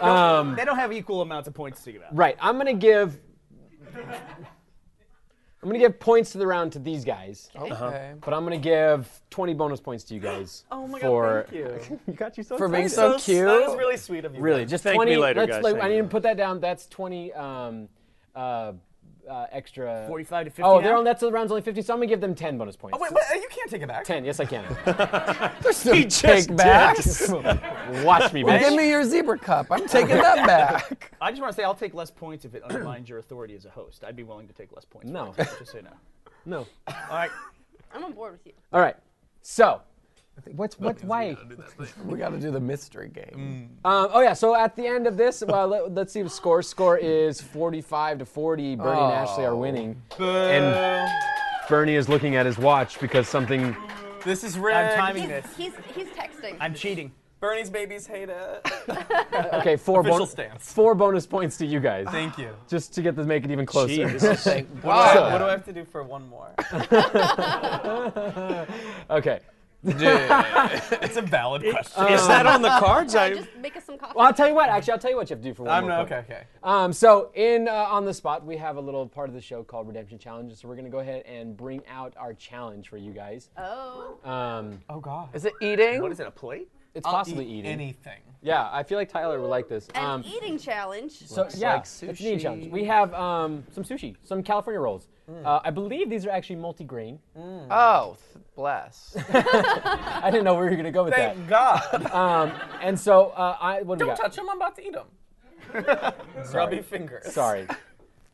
[SPEAKER 1] Um,
[SPEAKER 5] They don't have equal amounts of points to give out.
[SPEAKER 1] right. I'm gonna give. I'm gonna give points to the round to these guys,
[SPEAKER 6] Okay.
[SPEAKER 1] but I'm gonna give 20 bonus points to you guys.
[SPEAKER 5] Oh my
[SPEAKER 1] for,
[SPEAKER 5] god, thank (laughs) you.
[SPEAKER 1] you got you so
[SPEAKER 6] For being
[SPEAKER 1] excited.
[SPEAKER 6] so
[SPEAKER 2] That
[SPEAKER 6] cute.
[SPEAKER 2] was really sweet of you.
[SPEAKER 1] Really, just
[SPEAKER 4] Thank me
[SPEAKER 1] 20.
[SPEAKER 4] later,
[SPEAKER 1] let's,
[SPEAKER 4] guys.
[SPEAKER 1] like,
[SPEAKER 4] Thank
[SPEAKER 1] I
[SPEAKER 4] me
[SPEAKER 1] need to
[SPEAKER 4] later.
[SPEAKER 1] put that down. That's 20 um, uh, uh, extra.
[SPEAKER 5] 45 to 50
[SPEAKER 1] Oh, they're
[SPEAKER 5] now?
[SPEAKER 1] on. That's the round's only 50, so I'm gonna give them 10 bonus
[SPEAKER 5] Oh,
[SPEAKER 1] points.
[SPEAKER 2] Wait, wait, you can't take it back.
[SPEAKER 1] 10. Yes, I can.
[SPEAKER 4] He just
[SPEAKER 6] Take back.
[SPEAKER 1] (laughs) Watch me, bitch.
[SPEAKER 6] Give me your zebra cup. I'm taking that
[SPEAKER 5] (laughs)
[SPEAKER 6] back.
[SPEAKER 5] I just want to say I'll take less points if it undermines your authority as a host. I'd be willing to take less points.
[SPEAKER 1] No.
[SPEAKER 5] for it, Just so
[SPEAKER 2] (laughs)
[SPEAKER 5] you know.
[SPEAKER 1] No.
[SPEAKER 5] All right.
[SPEAKER 3] I'm on board with you.
[SPEAKER 1] All right. So, what's what's why?
[SPEAKER 6] we got to do the mystery game.
[SPEAKER 1] Um, oh yeah. So at the end of this, well, let, let's see the score. Score is 45 to 40. Bernie and Ashley are winning. And Bernie is looking at his watch because something.
[SPEAKER 2] This is rigged.
[SPEAKER 5] I'm timing
[SPEAKER 3] He's,
[SPEAKER 5] this.
[SPEAKER 3] he's, he's texting.
[SPEAKER 5] I'm cheating.
[SPEAKER 2] Bernie's babies hate it.
[SPEAKER 1] Okay, four
[SPEAKER 2] Official
[SPEAKER 1] bonus
[SPEAKER 2] stance.
[SPEAKER 1] four bonus points to you guys.
[SPEAKER 2] Thank you.
[SPEAKER 1] Just to get this, make it even closer.
[SPEAKER 4] Gee, this is-
[SPEAKER 2] What,
[SPEAKER 6] Wow.
[SPEAKER 2] what do I have to do for one more?
[SPEAKER 1] (laughs) Okay.
[SPEAKER 2] it's a valid question.
[SPEAKER 4] Is that on the cards?
[SPEAKER 3] No,
[SPEAKER 4] I,
[SPEAKER 3] just make us some coffee.
[SPEAKER 1] Well, I'll tell you what. Actually, I'll tell you what you have to do for one.
[SPEAKER 2] I'm
[SPEAKER 1] more
[SPEAKER 2] not
[SPEAKER 1] point.
[SPEAKER 2] okay. Okay.
[SPEAKER 1] Um, so in uh, on the spot, we have a little part of the show called Redemption Challenge. So we're gonna go ahead and bring out our challenge for you guys.
[SPEAKER 3] oh.
[SPEAKER 1] Um,
[SPEAKER 2] Oh God.
[SPEAKER 6] Is it eating?
[SPEAKER 5] What is it, a plate?
[SPEAKER 1] it's possibly eating.
[SPEAKER 2] anything.
[SPEAKER 1] Yeah, I feel like Tyler would like this.
[SPEAKER 3] An
[SPEAKER 1] Um,
[SPEAKER 3] eating challenge.
[SPEAKER 1] so yeah,
[SPEAKER 6] like
[SPEAKER 1] it's an eating challenge.
[SPEAKER 6] sushi.
[SPEAKER 1] We have um, some sushi, some California rolls.
[SPEAKER 2] Mm.
[SPEAKER 1] Uh, I believe these are actually multi-grain.
[SPEAKER 6] Oh, th- bless.
[SPEAKER 1] I didn't know where you were gonna go with that.
[SPEAKER 2] (laughs)
[SPEAKER 1] Um,
[SPEAKER 2] Thank God.
[SPEAKER 1] And so uh, I what do we
[SPEAKER 2] Don't
[SPEAKER 1] got?
[SPEAKER 2] touch them. I'm about to eat them. Grubby fingers.
[SPEAKER 1] Sorry.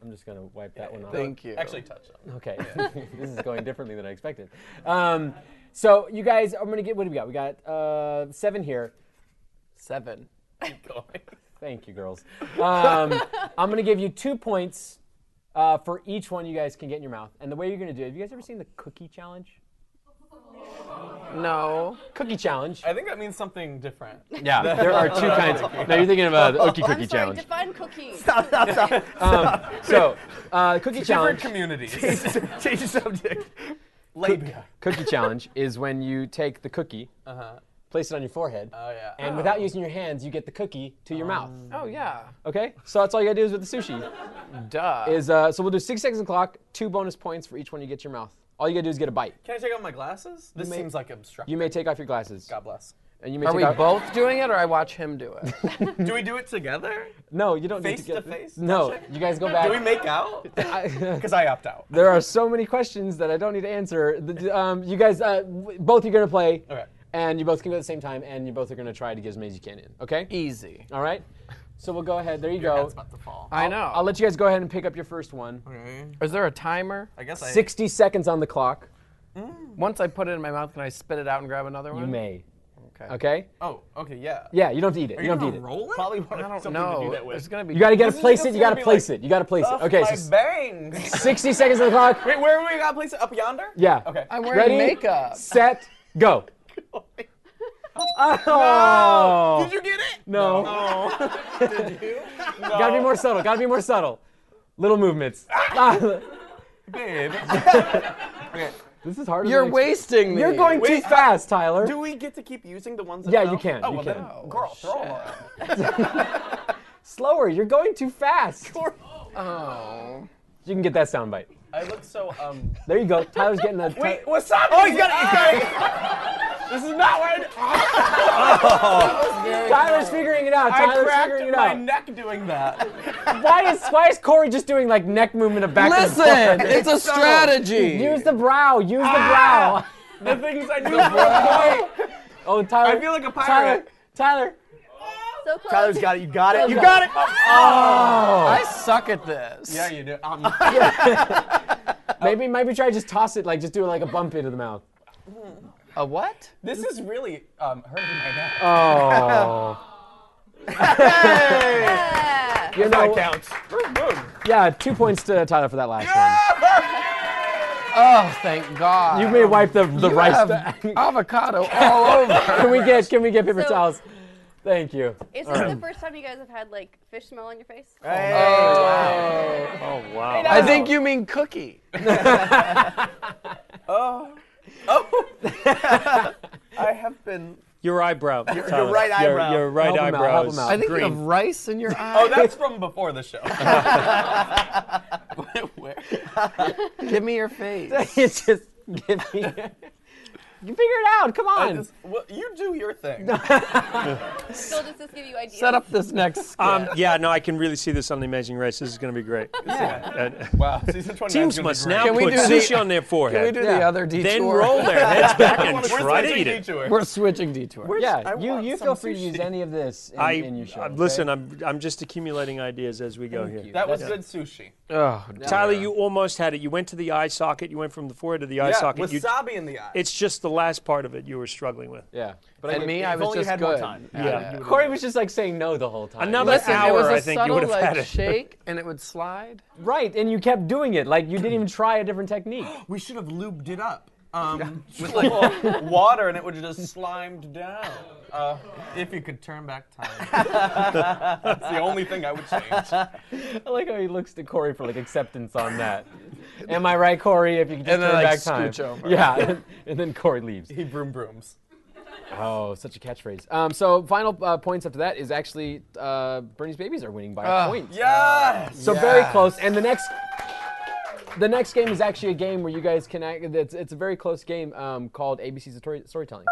[SPEAKER 1] I'm just gonna wipe that one off.
[SPEAKER 6] Thank you.
[SPEAKER 2] Actually, touch them.
[SPEAKER 1] Okay, (laughs) this is going differently than I expected. Um, so you guys, I'm gonna get. What do we got? We got uh, seven here.
[SPEAKER 6] seven.
[SPEAKER 2] Keep going.
[SPEAKER 1] Thank you, girls. (laughs) Um, I'm gonna give you two points uh, for each one you guys can get in your mouth. And the way you're gonna do it, have you guys ever seen the cookie challenge?
[SPEAKER 6] No.
[SPEAKER 1] Cookie challenge.
[SPEAKER 2] I think that means something different.
[SPEAKER 1] (laughs) Yeah, there are two kinds. No, you're thinking of uh,
[SPEAKER 3] (laughs)
[SPEAKER 1] the Ookie
[SPEAKER 3] I'm sorry, define cookie.
[SPEAKER 5] Stop, stop, stop.
[SPEAKER 1] So, uh, cookie
[SPEAKER 2] Different
[SPEAKER 1] challenge. (laughs)
[SPEAKER 2] communities.
[SPEAKER 5] Change the subject.
[SPEAKER 2] Labia.
[SPEAKER 1] Cookie challenge (laughs) is when you take the cookie,
[SPEAKER 2] Uh-huh.
[SPEAKER 1] place it on your forehead,
[SPEAKER 2] Oh yeah.
[SPEAKER 1] and without using your hands, you get the cookie to your mouth.
[SPEAKER 6] Oh, yeah.
[SPEAKER 1] Okay, so that's all you gotta do is with the sushi.
[SPEAKER 6] Duh.
[SPEAKER 1] is uh, so we'll do six seconds on the clock, two bonus points for each one you get to your mouth. All you gotta do is get a bite.
[SPEAKER 2] Can I take out my glasses? This
[SPEAKER 1] may-
[SPEAKER 2] seems like obstructive.
[SPEAKER 1] You may take off your glasses,
[SPEAKER 2] God bless.
[SPEAKER 1] and you may
[SPEAKER 6] Are
[SPEAKER 1] take
[SPEAKER 6] we
[SPEAKER 1] off-
[SPEAKER 6] both doing it or I watch him do it?
[SPEAKER 2] Do we do it (laughs) together?
[SPEAKER 1] No, you don't
[SPEAKER 2] Face
[SPEAKER 1] need to get
[SPEAKER 2] to face?
[SPEAKER 1] No, you guys go back.
[SPEAKER 2] (laughs) Do we make (laughs) out?
[SPEAKER 1] (laughs) I-
[SPEAKER 2] Because I opt out.
[SPEAKER 1] there are so many questions that I don't need to answer. The- um, you guys, uh, w- both you're gonna play,
[SPEAKER 2] Okay.
[SPEAKER 1] and you both can go at the same time, and you both are gonna try to get as many as you can in. Okay.
[SPEAKER 6] Easy.
[SPEAKER 1] All right. So we'll go ahead. There you
[SPEAKER 2] E- Your
[SPEAKER 1] go.
[SPEAKER 2] head's about to fall.
[SPEAKER 6] I know.
[SPEAKER 1] I'll let you guys go ahead and pick up your first one.
[SPEAKER 6] Is there a timer?
[SPEAKER 2] I guess I.
[SPEAKER 1] 60 seconds on the clock.
[SPEAKER 6] Once I put it in my mouth, can I spit it out and grab another one?
[SPEAKER 1] You may.
[SPEAKER 6] Okay.
[SPEAKER 1] Okay?
[SPEAKER 2] Oh, okay, yeah.
[SPEAKER 1] Yeah, you don't have to eat it. you don't have to eat it.
[SPEAKER 2] Roll it?
[SPEAKER 5] Probably want something
[SPEAKER 6] No,
[SPEAKER 5] to do that with.
[SPEAKER 6] it's gonna be.
[SPEAKER 1] You gotta get to
[SPEAKER 2] is
[SPEAKER 1] place
[SPEAKER 2] just
[SPEAKER 1] it. You gotta
[SPEAKER 2] gonna be
[SPEAKER 1] place
[SPEAKER 2] like,
[SPEAKER 1] it. You gotta place it.
[SPEAKER 2] Off
[SPEAKER 1] Okay,
[SPEAKER 2] my
[SPEAKER 1] so
[SPEAKER 2] bangs.
[SPEAKER 1] 60 seconds on the clock.
[SPEAKER 2] Wait, where are we gonna place it? Up yonder?
[SPEAKER 1] Yeah.
[SPEAKER 2] Okay.
[SPEAKER 6] I'm wearing
[SPEAKER 1] Ready,
[SPEAKER 6] makeup.
[SPEAKER 1] set, go.
[SPEAKER 2] (laughs) Oh. Did you get it?
[SPEAKER 1] No. (laughs)
[SPEAKER 2] Did you? No.
[SPEAKER 1] Gotta be more subtle. Gotta be more subtle. Little
[SPEAKER 2] (laughs)
[SPEAKER 1] movements. Ah. (laughs)
[SPEAKER 2] Babe. okay.
[SPEAKER 1] this is harder.
[SPEAKER 6] You're
[SPEAKER 1] than I expected.
[SPEAKER 6] wasting me.
[SPEAKER 1] You're going too
[SPEAKER 2] Wait, I-
[SPEAKER 1] fast, Tyler.
[SPEAKER 2] Do we get to keep using the ones that
[SPEAKER 1] Yeah,
[SPEAKER 2] fell?
[SPEAKER 1] you can,
[SPEAKER 2] Oh,
[SPEAKER 1] you
[SPEAKER 2] well,
[SPEAKER 1] can.
[SPEAKER 2] then, girl, throw them around.
[SPEAKER 1] Slower. You're going too
[SPEAKER 2] (laughs)
[SPEAKER 1] fast. You can get that sound bite.
[SPEAKER 2] I look so,
[SPEAKER 5] (laughs)
[SPEAKER 2] um.
[SPEAKER 1] There you go. Tyler's getting the.
[SPEAKER 2] (laughs) Wait, wasabi! Oh, he's got it! this is not what I did.
[SPEAKER 1] Tyler's figuring it out.
[SPEAKER 2] I
[SPEAKER 1] Tyler's
[SPEAKER 2] cracked
[SPEAKER 1] figuring it
[SPEAKER 2] my
[SPEAKER 1] out.
[SPEAKER 2] neck doing that.
[SPEAKER 1] why is why is Corey just doing like neck movement of back? and
[SPEAKER 6] (laughs) Listen,
[SPEAKER 1] forth?
[SPEAKER 6] it's a strategy.
[SPEAKER 1] (laughs) Use the brow. Use
[SPEAKER 2] the things I do. I
[SPEAKER 1] the brow. (laughs) Oh, Tyler.
[SPEAKER 2] Ah! I feel like a
[SPEAKER 1] Tyler.
[SPEAKER 2] pirate.
[SPEAKER 1] Tyler.
[SPEAKER 3] So close.
[SPEAKER 7] Tyler's got it. You got it. You
[SPEAKER 1] Tyler's
[SPEAKER 7] got it.
[SPEAKER 6] I suck at this.
[SPEAKER 2] Yeah, you do. Um, Oh.
[SPEAKER 1] Maybe maybe try just toss it like just do like a bump into the mouth.
[SPEAKER 6] A what?
[SPEAKER 2] this is really um, hurting my neck.
[SPEAKER 1] Oh.
[SPEAKER 3] Yeah.
[SPEAKER 1] You know,
[SPEAKER 2] counts.
[SPEAKER 1] yeah, two points to Tyler for that last
[SPEAKER 6] Oh, thank God.
[SPEAKER 1] one. You may wipe the, the
[SPEAKER 6] You
[SPEAKER 1] rice.
[SPEAKER 6] have (laughs) avocado all over.
[SPEAKER 1] can we get can we get paper
[SPEAKER 3] So-
[SPEAKER 1] towels? Thank you. (laughs)
[SPEAKER 3] Is this the first time you guys have had like fish smell on your face?
[SPEAKER 4] Oh, wow.
[SPEAKER 6] I think you mean cookie.
[SPEAKER 2] I have been.
[SPEAKER 4] (laughs) Your eyebrow. Tyler.
[SPEAKER 7] right
[SPEAKER 4] Your-
[SPEAKER 7] eyebrow.
[SPEAKER 4] Your, right
[SPEAKER 1] Help him out,
[SPEAKER 4] eyebrow
[SPEAKER 1] help
[SPEAKER 4] is
[SPEAKER 1] him out.
[SPEAKER 6] I think
[SPEAKER 4] green. Um,
[SPEAKER 6] of rice in your eye.
[SPEAKER 2] Oh, that's from before the show. Where?
[SPEAKER 6] Give me your face.
[SPEAKER 1] (laughs) it's just give me (laughs) You figure it out. Come
[SPEAKER 2] I
[SPEAKER 1] on.
[SPEAKER 2] just- well, you do your thing.
[SPEAKER 3] Still, does this give you ideas?
[SPEAKER 6] Set up this (laughs) next. skit.
[SPEAKER 4] Um, yeah, no, I can really see this on the Amazing Race. This is going to be great. Uh,
[SPEAKER 2] Wow, season 29
[SPEAKER 4] teams must now
[SPEAKER 6] Can we
[SPEAKER 4] put
[SPEAKER 6] do the-
[SPEAKER 4] sushi on their
[SPEAKER 6] Can we
[SPEAKER 4] forehead,
[SPEAKER 6] do the other detour?
[SPEAKER 4] then roll their heads back and try to eat it.
[SPEAKER 2] Detour.
[SPEAKER 6] (laughs) We're switching detour.
[SPEAKER 1] yeah,
[SPEAKER 2] I
[SPEAKER 1] you
[SPEAKER 2] want
[SPEAKER 1] you
[SPEAKER 2] some
[SPEAKER 1] feel free to
[SPEAKER 2] sushi.
[SPEAKER 1] use any of this in,
[SPEAKER 4] I,
[SPEAKER 1] in your show.
[SPEAKER 4] uh,
[SPEAKER 1] okay?
[SPEAKER 4] listen. I'm I'm just accumulating ideas as we go here.
[SPEAKER 2] That was good sushi.
[SPEAKER 6] Oh,
[SPEAKER 4] Tyler, you almost had it. You went to the eye socket. You went from the forehead to the eye
[SPEAKER 2] yeah,
[SPEAKER 4] socket. You,
[SPEAKER 2] wasabi in the eye.
[SPEAKER 4] it's just the last part of it you were struggling with.
[SPEAKER 1] Yeah. But
[SPEAKER 6] and me,
[SPEAKER 5] if
[SPEAKER 6] I was
[SPEAKER 5] only you
[SPEAKER 6] just
[SPEAKER 5] had
[SPEAKER 6] good.
[SPEAKER 5] more time.
[SPEAKER 6] at
[SPEAKER 4] Yeah.
[SPEAKER 6] it.
[SPEAKER 1] Corey was just like saying no the whole time.
[SPEAKER 4] Another
[SPEAKER 6] Listen, it
[SPEAKER 4] hour,
[SPEAKER 6] was a
[SPEAKER 4] I think you
[SPEAKER 6] subtle
[SPEAKER 4] would have
[SPEAKER 6] like
[SPEAKER 4] had it.
[SPEAKER 6] shake, and it would slide.
[SPEAKER 1] Right, and you kept doing it. Like you didn't even try a different technique. (gasps)
[SPEAKER 2] we should have lubed it up (laughs) um, with like water, and it would have just slimed down. Uh, if you could turn back (laughs) time, that's the only thing I would change.
[SPEAKER 1] I like how he looks to Corey for like acceptance on that. Am I right, Corey? If you could just
[SPEAKER 6] And then,
[SPEAKER 1] turn
[SPEAKER 6] like,
[SPEAKER 1] back time.
[SPEAKER 6] scooch over.
[SPEAKER 1] Yeah, (laughs) and, and then Corey leaves.
[SPEAKER 2] (laughs) He broom brooms.
[SPEAKER 1] Oh, such a catchphrase. Um, so final uh, points after that is actually uh, Bernie's babies are winning by a
[SPEAKER 6] Ah.
[SPEAKER 1] point.
[SPEAKER 2] Yes.
[SPEAKER 1] So very close. And the next, the next game is actually a game where you guys can. act- It's, it's a very close game um, called ABC's Story, Storytelling.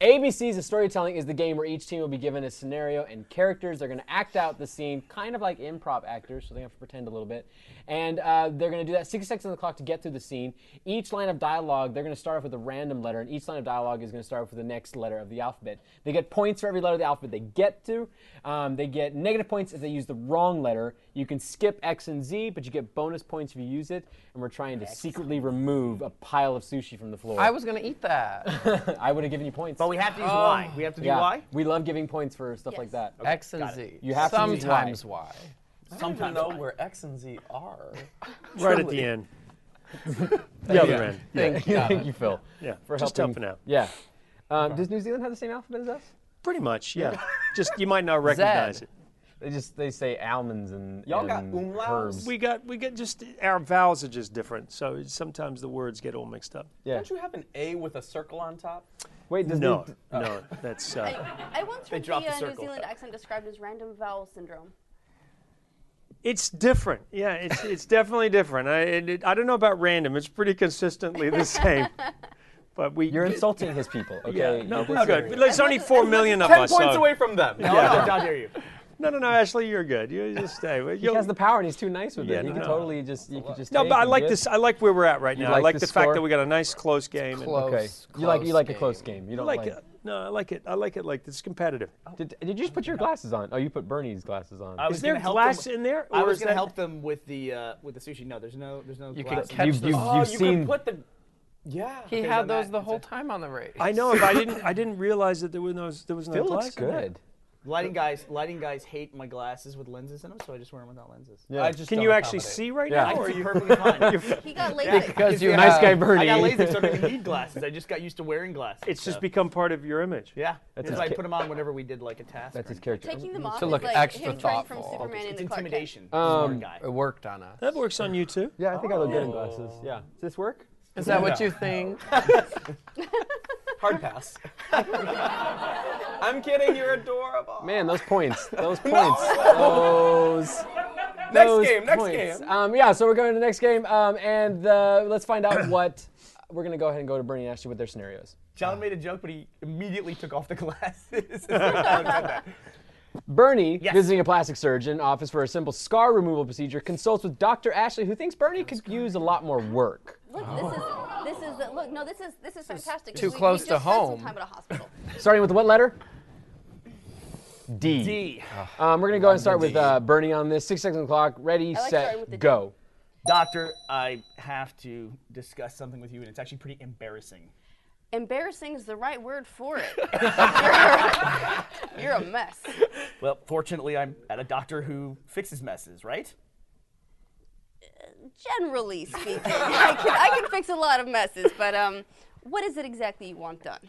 [SPEAKER 1] ABC's Storytelling is the game where each team will be given a scenario and characters. They're going to act out the scene, kind of like improv actors, so they have to pretend a little bit. And uh, they're going to do that 60 seconds on the clock to get through the scene. Each line of dialogue, they're going to start off with a random letter, and each line of dialogue is going to start off with the next letter of the alphabet. They get points for every letter of the alphabet they get to. Um, they get negative points if they use the wrong letter. You can skip X and Z, but you get bonus points if you use it. And we're trying to secretly remove a pile of sushi from the floor.
[SPEAKER 6] I was gonna eat that.
[SPEAKER 1] (laughs) I would have given you points.
[SPEAKER 7] But we have to
[SPEAKER 2] Um,
[SPEAKER 7] use Y. We have to do
[SPEAKER 1] Yeah.
[SPEAKER 7] Y.
[SPEAKER 1] We love giving points for stuff like
[SPEAKER 3] Yes.
[SPEAKER 1] that.
[SPEAKER 6] X and Z.
[SPEAKER 1] You have to use
[SPEAKER 6] sometimes Y.
[SPEAKER 2] Sometimes know where X and Z are.
[SPEAKER 4] Right at the end. the other end.
[SPEAKER 1] Thank, you, thank you, Phil.
[SPEAKER 4] Yeah.
[SPEAKER 1] For
[SPEAKER 4] just
[SPEAKER 1] helping.
[SPEAKER 4] helping out.
[SPEAKER 1] Yeah. Um, Does New Zealand have the same alphabet as us?
[SPEAKER 4] Pretty much. Yeah. (laughs) just you might not recognize
[SPEAKER 6] Zed.
[SPEAKER 4] it.
[SPEAKER 1] They just they say almonds and
[SPEAKER 2] Y'all got
[SPEAKER 1] and
[SPEAKER 2] umlauts?
[SPEAKER 1] herbs.
[SPEAKER 4] We got we got just our vowels are just different. So sometimes the words get all mixed up.
[SPEAKER 1] yeah.
[SPEAKER 2] Don't you have an A with a circle on top?
[SPEAKER 1] Wait, does
[SPEAKER 4] No,
[SPEAKER 1] New,
[SPEAKER 4] no, that's uh,
[SPEAKER 3] I, I once heard the,
[SPEAKER 7] dropped the
[SPEAKER 3] uh, New
[SPEAKER 7] circle.
[SPEAKER 3] Zealand accent described as random vowel syndrome.
[SPEAKER 4] it's different. Yeah, it's it's definitely different. I it, it- I don't know about random. It's pretty consistently the
[SPEAKER 2] (laughs)
[SPEAKER 4] same. But we
[SPEAKER 1] you're insulting his people. Okay.
[SPEAKER 4] Yeah, no,
[SPEAKER 1] You're
[SPEAKER 4] we're good.
[SPEAKER 1] disagreeing.
[SPEAKER 4] There's only four million of
[SPEAKER 2] Ten
[SPEAKER 4] us.
[SPEAKER 2] points
[SPEAKER 4] so-
[SPEAKER 2] away from them.
[SPEAKER 7] No, no, how dare you?
[SPEAKER 2] (laughs)
[SPEAKER 4] No, no, no, Ashley, you're good. You just stay. Well,
[SPEAKER 1] He
[SPEAKER 4] you'll-
[SPEAKER 1] has the power and he's too nice with
[SPEAKER 4] Yeah,
[SPEAKER 1] it. He
[SPEAKER 4] no,
[SPEAKER 1] can
[SPEAKER 4] no.
[SPEAKER 1] totally just you could just.
[SPEAKER 4] no,
[SPEAKER 1] take
[SPEAKER 4] but I
[SPEAKER 1] and
[SPEAKER 4] like
[SPEAKER 1] give.
[SPEAKER 4] this. I like where we're at right now. I
[SPEAKER 1] like
[SPEAKER 4] like
[SPEAKER 1] the
[SPEAKER 4] the, fact that
[SPEAKER 1] score?
[SPEAKER 4] we got a nice close game. and-
[SPEAKER 6] Close.
[SPEAKER 1] Okay. you like you like a
[SPEAKER 6] close
[SPEAKER 1] close
[SPEAKER 6] game.
[SPEAKER 1] game. You
[SPEAKER 4] I
[SPEAKER 1] don't
[SPEAKER 4] like it. No, I like it. I like it. Like it's competitive.
[SPEAKER 1] Did, did you just put your glasses on? Oh, you put Bernie's glasses on.
[SPEAKER 5] I was
[SPEAKER 4] Is there
[SPEAKER 5] gonna help them
[SPEAKER 4] glass
[SPEAKER 5] with-
[SPEAKER 4] in there?
[SPEAKER 5] I
[SPEAKER 4] or
[SPEAKER 5] was
[SPEAKER 4] is
[SPEAKER 5] gonna
[SPEAKER 4] that-
[SPEAKER 5] help them with the uh, with the sushi. No, there's no there's no.
[SPEAKER 6] You can
[SPEAKER 5] glass.
[SPEAKER 6] catch
[SPEAKER 1] You've-
[SPEAKER 6] the
[SPEAKER 1] you've-
[SPEAKER 6] s-
[SPEAKER 2] Oh,
[SPEAKER 1] you've
[SPEAKER 2] you
[SPEAKER 1] seen-
[SPEAKER 2] could put the
[SPEAKER 6] Yeah. He had those the whole time on the race.
[SPEAKER 4] I know, but I didn't. I didn't realize that there were no. There was no.
[SPEAKER 8] Still looks
[SPEAKER 4] glass in there.
[SPEAKER 8] good.
[SPEAKER 5] Lighting guys, lighting guys hate my glasses with lenses in them, so I just wear them without lenses. Yeah.
[SPEAKER 2] I just
[SPEAKER 4] Can
[SPEAKER 2] don't
[SPEAKER 4] you actually
[SPEAKER 2] accommodate.
[SPEAKER 4] see right
[SPEAKER 5] I
[SPEAKER 4] now? Or
[SPEAKER 5] can
[SPEAKER 4] are
[SPEAKER 5] see
[SPEAKER 4] you,
[SPEAKER 5] perfectly fine.
[SPEAKER 3] He got LASIK.
[SPEAKER 6] Because you
[SPEAKER 1] Nice guy
[SPEAKER 6] have-
[SPEAKER 1] Bernie.
[SPEAKER 5] I got LASIK,
[SPEAKER 1] (laughs)
[SPEAKER 5] so I don't even need glasses. I just got used to wearing glasses. (laughs)
[SPEAKER 4] it's just
[SPEAKER 5] so-
[SPEAKER 4] become part of your image.
[SPEAKER 5] yeah. That's
[SPEAKER 8] his
[SPEAKER 5] I
[SPEAKER 8] ki-
[SPEAKER 5] put them on whenever we did like a task.
[SPEAKER 8] That's
[SPEAKER 5] or
[SPEAKER 8] his character.
[SPEAKER 3] Taking them off
[SPEAKER 6] To
[SPEAKER 3] is
[SPEAKER 6] look
[SPEAKER 3] like
[SPEAKER 6] extra
[SPEAKER 3] him turning
[SPEAKER 6] thoughtful.
[SPEAKER 3] from Superman
[SPEAKER 5] anything. It's
[SPEAKER 3] into Clark Kent.
[SPEAKER 5] intimidation.
[SPEAKER 1] Um,
[SPEAKER 5] Smart
[SPEAKER 6] (laughs)
[SPEAKER 5] guy.
[SPEAKER 6] It worked on us.
[SPEAKER 4] That works on you too.
[SPEAKER 8] Yeah, I think I look good in glasses.
[SPEAKER 1] Oh.
[SPEAKER 8] Yeah. Does this work?
[SPEAKER 6] Is that what you think?
[SPEAKER 5] (laughs)
[SPEAKER 2] Hard pass. I'm kidding. You're adorable.
[SPEAKER 1] Man,
[SPEAKER 8] (laughs)
[SPEAKER 1] those points. Those points. Those.
[SPEAKER 2] next
[SPEAKER 1] those
[SPEAKER 2] game. Next
[SPEAKER 1] points.
[SPEAKER 2] game.
[SPEAKER 1] Um, yeah, so we're going to the next game, um, and uh, let's find out (coughs) what we're going to go ahead and go to Bernie and Ashley with their scenarios.
[SPEAKER 5] John made a joke, but he immediately took off the glasses. (laughs) That's
[SPEAKER 1] Bernie,
[SPEAKER 5] Yes.
[SPEAKER 1] visiting a plastic surgeon office for a simple scar removal procedure, consults with Dr. Ashley, who thinks Bernie could use a lot more work.
[SPEAKER 3] Look, this is this is the, look. No, this is this is fantastic. 'cause
[SPEAKER 6] too
[SPEAKER 3] we- we
[SPEAKER 6] close to
[SPEAKER 3] just spent some
[SPEAKER 6] home.
[SPEAKER 3] time at a hospital.
[SPEAKER 1] Starting with what letter? D.
[SPEAKER 5] D.
[SPEAKER 1] Um, we're going to go ahead and start with uh, Bernie on this. Six seconds on the clock. Ready,
[SPEAKER 3] like starting with the
[SPEAKER 1] set,
[SPEAKER 3] D.
[SPEAKER 1] go.
[SPEAKER 5] Doctor, I have to discuss something with you, and it's actually pretty embarrassing.
[SPEAKER 3] Embarrassing is the right word for
[SPEAKER 6] (laughs)
[SPEAKER 3] it. You're- You're a mess.
[SPEAKER 5] Well, fortunately, I'm at a doctor who fixes messes, right?
[SPEAKER 3] Generally speaking, (laughs) I can, I can fix a lot of messes, but um, what is it exactly you want done?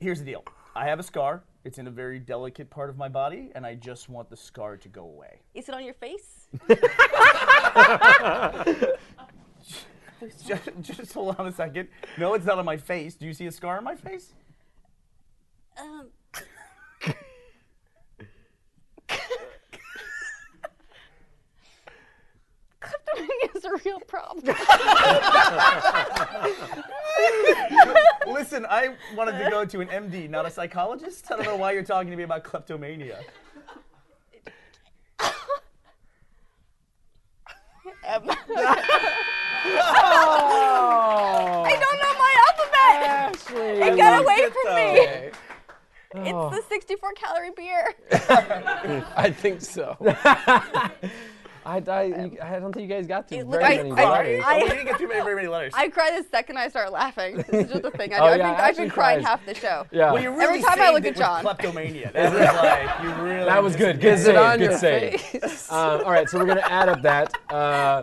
[SPEAKER 5] Here's the deal I have a scar, it's in a very delicate part of my body, and I just want the scar to go away.
[SPEAKER 3] Is it on your face?
[SPEAKER 5] (laughs) just, just hold on a second. No, it's not on my face. Do you see a scar on my face?
[SPEAKER 3] Um, clip is a real
[SPEAKER 1] (laughs)
[SPEAKER 3] problem.
[SPEAKER 5] Listen, I wanted to go to an MD, not a psychologist. I don't know why you're talking to me about kleptomania.
[SPEAKER 2] Oh.
[SPEAKER 3] I don't know my alphabet.
[SPEAKER 1] Ah,
[SPEAKER 3] It got away from me.
[SPEAKER 6] Okay.
[SPEAKER 3] It's
[SPEAKER 1] Oh.
[SPEAKER 3] the 64 calorie beer.
[SPEAKER 6] (laughs) I think so.
[SPEAKER 1] (laughs) I, I, you- I don't think you guys got through
[SPEAKER 3] Look,
[SPEAKER 1] very
[SPEAKER 3] I-
[SPEAKER 1] many
[SPEAKER 3] I-
[SPEAKER 1] letters.
[SPEAKER 5] Oh, we
[SPEAKER 3] I,
[SPEAKER 5] didn't get too many, very many letters.
[SPEAKER 3] I cry the second I start laughing. This is just a thing I
[SPEAKER 1] (laughs)
[SPEAKER 3] do.
[SPEAKER 1] Oh,
[SPEAKER 3] I've,
[SPEAKER 1] yeah,
[SPEAKER 3] been, I've
[SPEAKER 1] Ashley
[SPEAKER 3] been crying
[SPEAKER 1] cries.
[SPEAKER 3] half the show.
[SPEAKER 1] Yeah.
[SPEAKER 5] well, you really
[SPEAKER 3] Every time I
[SPEAKER 5] saved
[SPEAKER 3] look
[SPEAKER 5] it
[SPEAKER 3] at
[SPEAKER 5] with
[SPEAKER 3] John. (laughs)
[SPEAKER 5] kleptomania. That was like you really.
[SPEAKER 1] That was good. Good
[SPEAKER 6] Is it
[SPEAKER 1] save.
[SPEAKER 6] on your
[SPEAKER 1] Good save.
[SPEAKER 6] face?
[SPEAKER 1] Um, all right, so we're gonna add up that. Uh,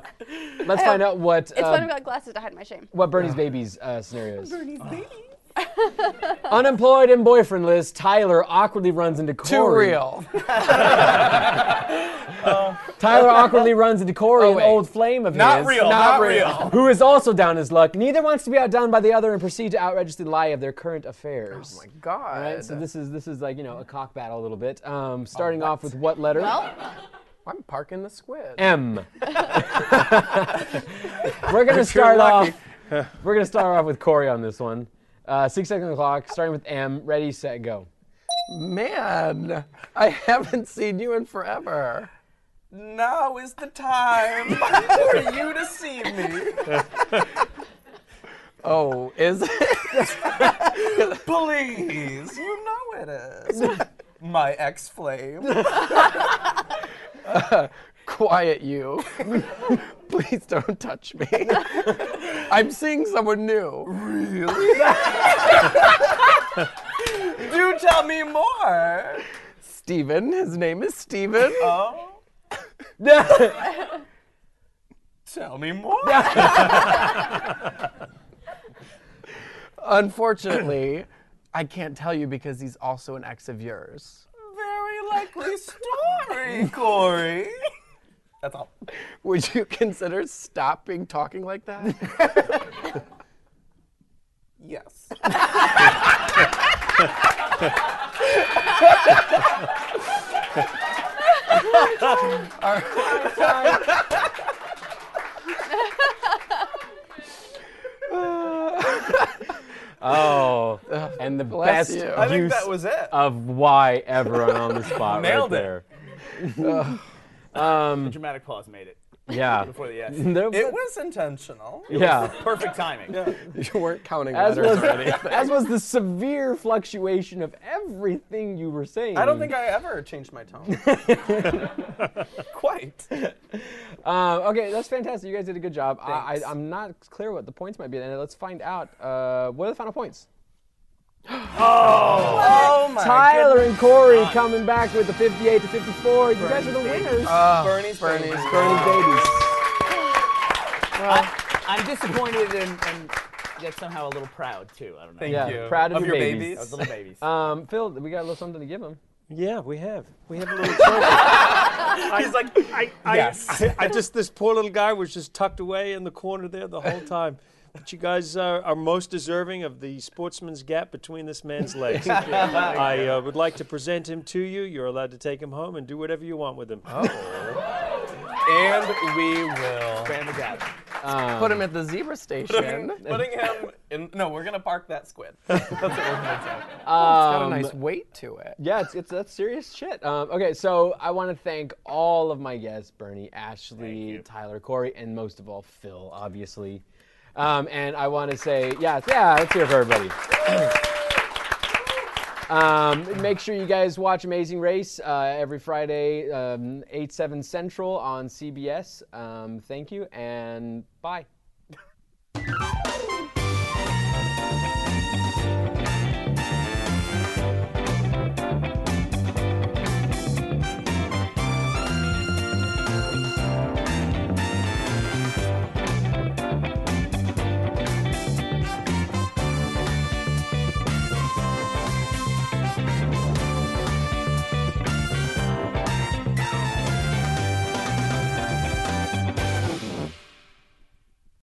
[SPEAKER 1] let's find out what
[SPEAKER 3] Oh. It's fun
[SPEAKER 1] uh,
[SPEAKER 3] about glasses to hide my shame.
[SPEAKER 1] what Bernie's baby's uh, scenario is. (laughs) Unemployed and boyfriendless, Tyler awkwardly runs into Corey.
[SPEAKER 6] (laughs) Too (laughs) real.
[SPEAKER 1] Tyler awkwardly runs into Corey,
[SPEAKER 6] Oh,
[SPEAKER 1] an
[SPEAKER 6] wait.
[SPEAKER 1] old flame of
[SPEAKER 2] Not
[SPEAKER 1] his.
[SPEAKER 2] real. Not, real.
[SPEAKER 1] Who is also down his luck. Neither wants to be outdone by the other and proceed to outregister the lie of their current affairs.
[SPEAKER 6] Oh my God.
[SPEAKER 1] All right, so this is this is like you know a cock battle a little bit. Um, starting off with what letter?
[SPEAKER 3] Well,
[SPEAKER 6] I'm parking the squid.
[SPEAKER 1] M. we're gonna start off. We're gonna start off with Corey on this one. Uh, six seconds on the clock. Starting with M. Ready, set, go.
[SPEAKER 6] Man, I haven't seen you in forever.
[SPEAKER 2] Now is the time (laughs) for you to see me.
[SPEAKER 6] Oh, is it?
[SPEAKER 2] Please, you know it is. (laughs) My ex flame.
[SPEAKER 6] Quiet you. (laughs) Please don't touch me. (laughs) I'm seeing someone new.
[SPEAKER 2] Do tell me more.
[SPEAKER 6] Steven. His name is Steven. (laughs)
[SPEAKER 2] Oh. tell me more.
[SPEAKER 6] Unfortunately, I can't tell you because he's also an ex of yours.
[SPEAKER 2] Very likely story, Corey. That's all.
[SPEAKER 6] Would you consider stopping talking like that?
[SPEAKER 2] Yes.
[SPEAKER 1] Oh, and the
[SPEAKER 6] Bless
[SPEAKER 1] best
[SPEAKER 6] you.
[SPEAKER 2] I think
[SPEAKER 1] use
[SPEAKER 2] that was it.
[SPEAKER 1] of Y ever on on the spot.
[SPEAKER 2] Nailed
[SPEAKER 1] right
[SPEAKER 2] it.
[SPEAKER 1] there. Um,
[SPEAKER 5] The dramatic pause made it
[SPEAKER 1] Yeah.
[SPEAKER 5] before the
[SPEAKER 1] (laughs)
[SPEAKER 5] end.
[SPEAKER 1] There-
[SPEAKER 2] it was intentional.
[SPEAKER 1] yeah.
[SPEAKER 5] Perfect timing.
[SPEAKER 6] you weren't counting
[SPEAKER 1] As
[SPEAKER 6] letters
[SPEAKER 1] was,
[SPEAKER 6] already.
[SPEAKER 1] (laughs) as was the severe fluctuation of everything you were
[SPEAKER 2] Mm.
[SPEAKER 1] saying.
[SPEAKER 2] (laughs) I don't think I ever changed my tone. Quite.
[SPEAKER 1] Um, okay, that's fantastic. You guys did a good job. I, I, I'm not clear what the points might be, and let's find out. Uh, what are the final points?
[SPEAKER 9] Oh my
[SPEAKER 1] Tyler and Corey coming back with the 58 to 54. You guys are the winners.
[SPEAKER 9] Bernie's Bernie's.
[SPEAKER 1] Bernie's babies.
[SPEAKER 5] I'm disappointed and, and yet somehow a little proud too. I don't know.
[SPEAKER 9] Thank
[SPEAKER 1] Yeah,
[SPEAKER 9] you. Uh,
[SPEAKER 1] proud of your babies.
[SPEAKER 5] Those little babies.
[SPEAKER 1] Um, Phil, we got a little something to give him.
[SPEAKER 4] Yeah, we have. We have a (laughs) little trophy. He's like, I, I, I, I just, this poor little guy was just tucked away in the corner there the whole time. But you guys are, are most deserving of the sportsman's gap between this man's (laughs) legs. I uh, would like to present him to you. You're allowed to take him home and do whatever you want with him.
[SPEAKER 9] And we will.
[SPEAKER 5] Band of God.
[SPEAKER 6] Put him at the zebra station.
[SPEAKER 9] Putting him in. No, we're gonna park that squid. That's what we're gonna do.
[SPEAKER 6] Um,
[SPEAKER 1] Oh,
[SPEAKER 6] got
[SPEAKER 1] Um,
[SPEAKER 6] a nice weight to it.
[SPEAKER 1] Yeah, it's, it's that's serious shit. Um, okay, so I want to thank all of my guests: Bernie, Ashley, Tyler, Corey, and most of all Phil, obviously. Um, and I want to say, yeah, yeah, let's hear it for everybody. (clears throat) Um, make sure you guys watch Amazing Race uh, every Friday, um, 8, 7 Central on CBS. Um, thank you, and bye.